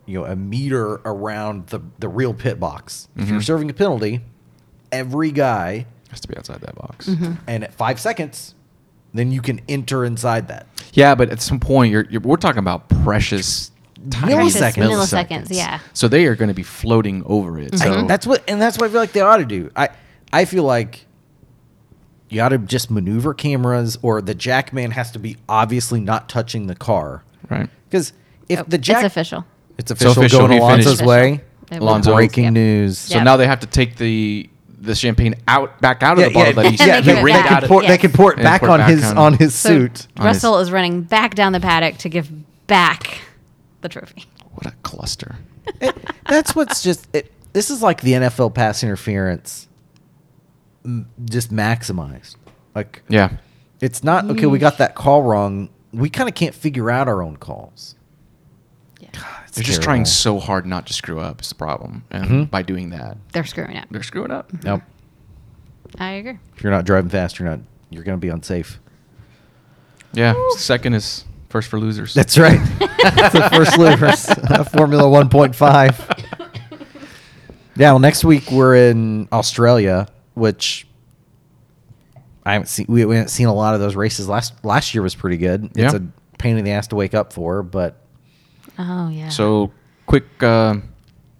you know, a meter around the the real pit box. If you're serving a penalty, every guy, Has to be outside that box. Mm-hmm. and at five seconds, then you can enter inside that. Yeah, but at some point, you're, you're we're talking about precious tiny Precious milliseconds, yeah. Mm-hmm. So they are going to be floating over it. I- So that's what, and that's what I feel like they ought to do. I I feel like." You got to just maneuver cameras, or the jackman has to be obviously not touching the car. right. Because if Oh, the jack, it's official. It's official, official, going he Alonso's finished. way. It Alonso. was- Breaking Yep. news. So Yeah. now they have to take the the champagne out back out of the bottle that he yeah, he they- they ripped out. could of- pour- yes. pour And pour it back on. his So Russell is running back down the paddock to give back the trophy. What a cluster! It- that's what's just. It, this is like the NFL pass interference, m- just maximized. Like Yeah, it's not okay. We got that call wrong. We kind of can't figure out our own calls. It's they're just terrible. trying so hard not to screw up. Is the problem? And by doing that, They're screwing up. they're screwing up. Nope. I agree. If you're not driving fast, you're not. You're going to be unsafe. Yeah, second is first for losers. That's right. That's the first losers. uh, Formula 1.5. Yeah, well, next week we're in Australia, which I haven't seen. We, we haven't seen a lot of those races. Last last year was pretty good. It's Yeah. a pain in the ass to wake up for, but Oh yeah. So quick uh,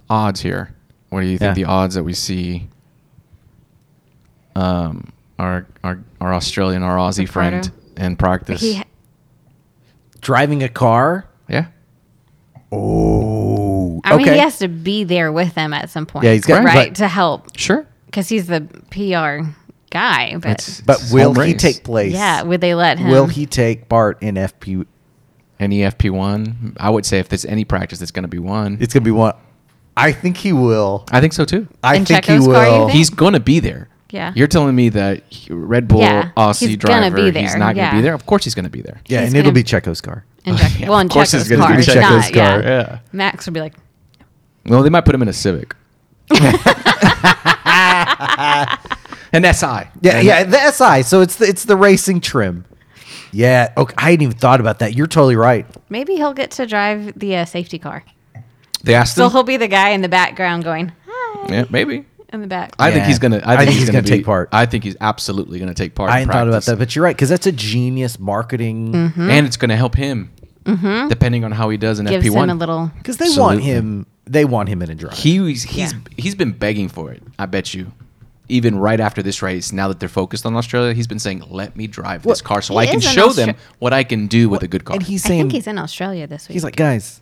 odds here. What do you think Yeah. the odds that we see? Um, our our our Australian, our Aussie Ricardo. friend in practice. he ha- driving a car. yeah, Oh, I mean, he has to be there with them at some point. Yeah, he's got- right, but- to help sure. because he's the PR guy. But It's- but it's will home he race. take place? yeah, would they let him? Will he take part in FP? Any FP one? I would say if there's any practice, it's going to be one. It's gonna be one. I think he will. I think so too. I In think he Checo's car, you will. think? He's going to be there. Yeah. You're telling me that he- Red Bull Yeah, Aussie he's gonna driver, be he's there, not going yeah. to be there. Of course, he's going to be there. yeah, He's and it'll be gonna- Checo's car. In Jack- Yeah, well, in of course Checo's he's gonna car. be it's Checo's not, yeah. car, yeah. Max would be like, Well, they might put him in a Civic. An SI. Yeah, yeah, the SI. So it's the, it's the racing trim. Yeah. Okay. I hadn't even thought about that. You're totally right. maybe he'll get to drive the uh, safety car. They asked So him. he'll be the guy in the background going, hi, Yeah, maybe. in the back. I Yeah. think he's going to. I think he's going to gonna take be- part. I think he's absolutely going to take part. I in hadn't thought about practice. that, but you're right because that's a genius marketing And it's going to help him, depending on how he does in Mm-hmm. gives FP1. him a little. because they want Absolutely. him. They want him in a drive. He's he's Yeah. he's been begging for it. I bet you. Even right after this race, now that they're focused on Australia, he's been saying, "Let me drive this Well, car so he I can is in show Austra- them what I can do with a good car." and he's I saying think he's in Australia this week. he's like, guys,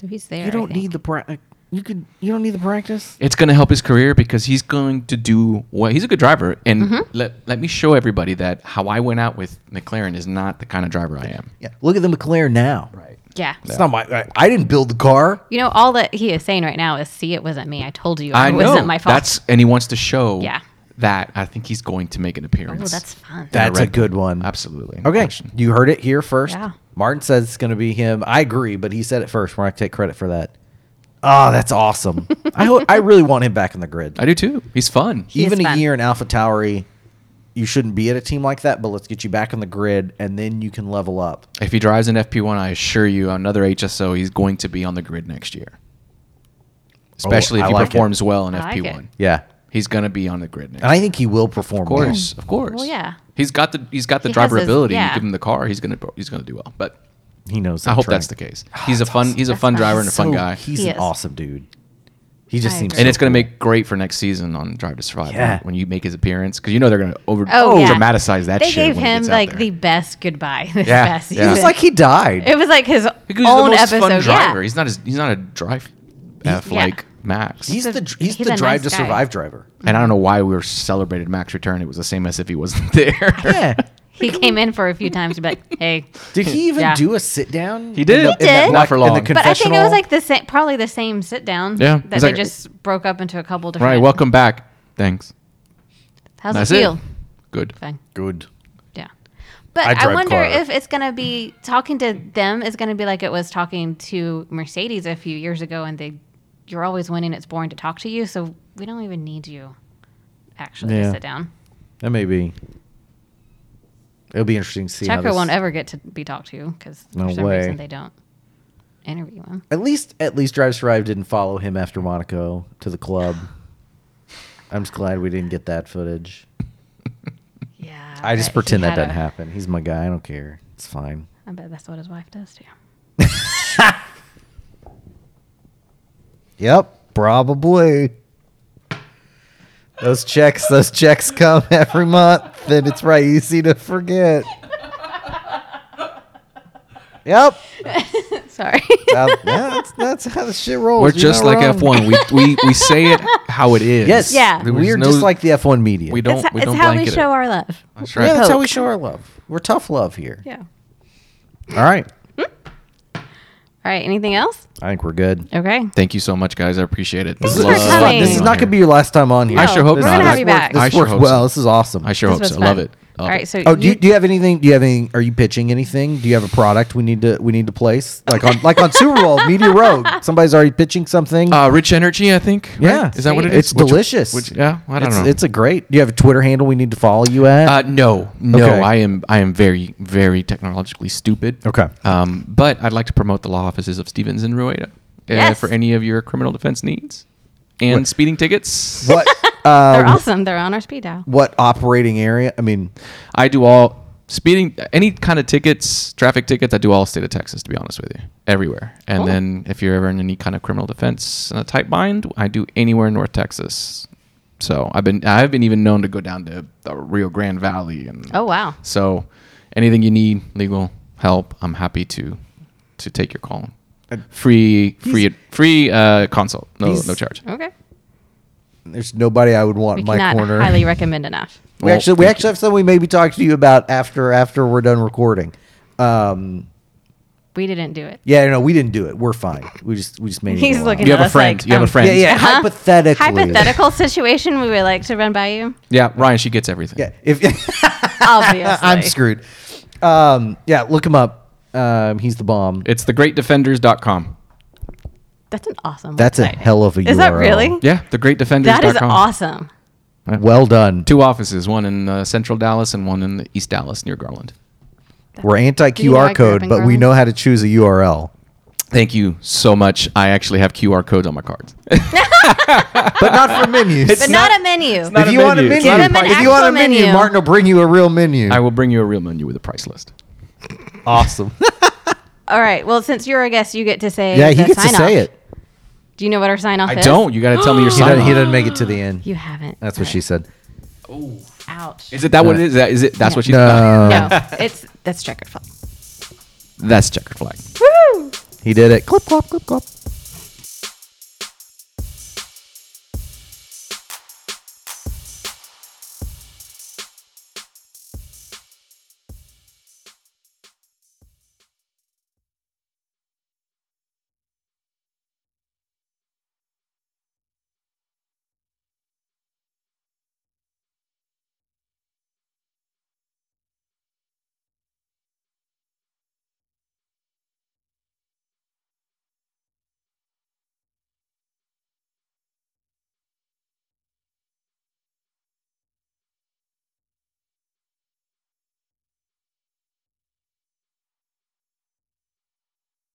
So he's there. you don't need the pra- you could you don't need the practice. it's going to help his career because he's going to do what he's a good driver, and Mm-hmm. let let me show everybody that how I went out with McLaren is not the kind of driver I am. Yeah. Look at the McLaren now. Right. Yeah. It's not my. I, I didn't build the car. You know, all that he is saying right now is, see, it wasn't me. I told you. I it know. wasn't my fault. That's and he wants to show. Yeah. That I think he's going to make an oh, appearance. that's fun. Yeah, That's a Red Bull. good one. absolutely no Okay, question. you heard it here first. Yeah. Martin says it's going to be him. I agree, but he said it first. We're not gonna take credit for that. Oh, that's awesome. I hope, I really want him back on the grid. I do too. He's fun. He is Even a fun. year in Alpha Tauri, you shouldn't be at a team like that, but let's get you back on the grid and then you can level up. If he drives an FP1, I assure you, another HSO, he's going to be on the grid next year. Especially Oh, I if he like it. performs well in I like FP1, it. Yeah. he's going to be on the grid next. And I think he will perform. Of course, of course. Well, yeah. He's got the he's got the He has driver his- ability. yeah. You give him the car, he's gonna he's gonna do well. But He knows. I hope that's the case. Ah, He's a fun he's a That's fun nice. driver and a fun guy, He's He an is. awesome dude. He just I seems. agree. and it's gonna make great for next season on Drive to Survive Yeah. right? when you make his appearance because you know they're gonna over Oh, yeah. dramatize that. they shit gave when he him gets out like there. the best goodbye this Yeah, past yeah. season. It was like he died. it was like his Because he's own the most episode. fun driver. Yeah. He's not as he's not a drive f yeah. like Max. he's a- the he's, he's the a drive nice to guy. survive driver. and I don't know why we were celebrated Max return. It was the same as if he wasn't there. Yeah. He came in for a few times to be like, "Hey." Did he even Yeah. do a sit down? He did. In the- He in that did. black- Not for in the long. But I think it confessional? was like the same, probably the same sit down. Yeah, that it's they like- just broke up into a couple different. right. Welcome back. Thanks. How's That's it feel? it. Good. Thing. good. Yeah. But I I, drive wonder car. if it's going to be talking to them is going to be like it was talking to Mercedes a few years ago, and they, you're always winning. It's boring to talk to you, so we don't even need you actually Yeah. to sit down. That may be. It'll be interesting to see. how Checker this- won't ever get to be talked to because No for some way. reason they don't interview him. At least, at least, Drive to Survive didn't follow him after Monaco to the club. I'm just glad we didn't get that footage. Yeah. I just bet he pretend that had a- doesn't happen. He's my guy. I don't care. It's fine. I bet that's what his wife does too. Yep, probably. Those checks, those checks come every month, and it's right easy to forget. Yep. Sorry. Uh, yeah, that's, that's how the shit rolls. We're You're just not like wrong. F one. We, we we say it how it is. Yes. Yeah. There was We're no- just like the F1 media. we it's don't we it's don't how we blanket show it. our love. That's Yeah, right. that's how we show our love. We're tough love here. Yeah. All All right. right. Anything else? I think we're good. Okay. Thank you so much, guys. I appreciate it. Thanks for This is, fun. coming. This is not going to be your last time on here. I sure hope This not. is- We're gonna have you this back. This I sure works hope so. well. This is awesome. I sure This hope was so. fun. I love it. All right. So Oh, do you, do you have anything? Do you have any? Are you pitching anything? Do you have a product we need to we need to place like on like on Super Bowl Media Road? Somebody's already pitching something. uh, rich energy, I think. right? yeah, Is that what it is? It's Which- delicious. which- yeah, I don't it's, know. It's a great. Do you have a Twitter handle we need to follow you at? Uh, no, no, Okay. I am I am very very technologically stupid. Okay. Um, but I'd like to promote the law offices of Stevens and Rueda uh, Yes. for any of your criminal defense needs and What- speeding tickets. what they're uh, awesome. They're on our speed dial. what operating area? I mean, I do all speeding any kind of tickets, traffic tickets. I do all state of Texas to be honest with you, everywhere. And Oh. Cool. then if you're ever in any kind of criminal defense uh, type bind, I do anywhere in North Texas. So I've been I've been even known to go down to the Rio Grande Valley and Oh wow. So, anything you need, legal help, I'm happy to to take your call. Free, free, free uh, consult. No, He's- no charge. Okay. there's nobody I would want We in my cannot corner. highly recommend enough. We Well, actually we thank actually have something we maybe talk to you about after after we're done recording. Um, We didn't do it. yeah, no, we didn't do it. We're fine. We just we just made. it He's allow. looking You at have a us friend. like, you have um, a friend. Yeah, yeah. Huh? Hypothetically, Hypothetical situation we would like to run by you. Yeah, Ryan, she gets everything. Yeah, if. Obviously. I'm screwed. Um, yeah, look him up. Um, he's the bomb. It's thegreatdefenders.com. That's an awesome. That's a website. hell of a Is that URL. really? Yeah, thegreatdefenders.com. That is awesome. Well done. Two offices, one in uh, Central Dallas and one in East Dallas near Garland. We're anti Do you know I QR grew up code, in but we Garland? know how to choose a URL. Thank you so much. I actually have QR codes on my cards. But not for menus. But not, a menu. not if a you want a menu. menu, a Give It's not him an if you want a actual menu, menu. Martin will bring you a real menu. I will bring you a real menu with a price list. awesome. All right. Well, since you're a guest, you get to say. yeah, he the gets to sign say off. it. Do you know what our sign off I is? don't. You got to tell me your He sign. doesn't, he off. doesn't make it to the end. You haven't. That's what she said. Ouch. Is it that what it is? Is that- Is it? That's what she's. No, no, it's that's checkered flag. That's checkered flag. Woo! he did it. Clip, clop, clip, clop.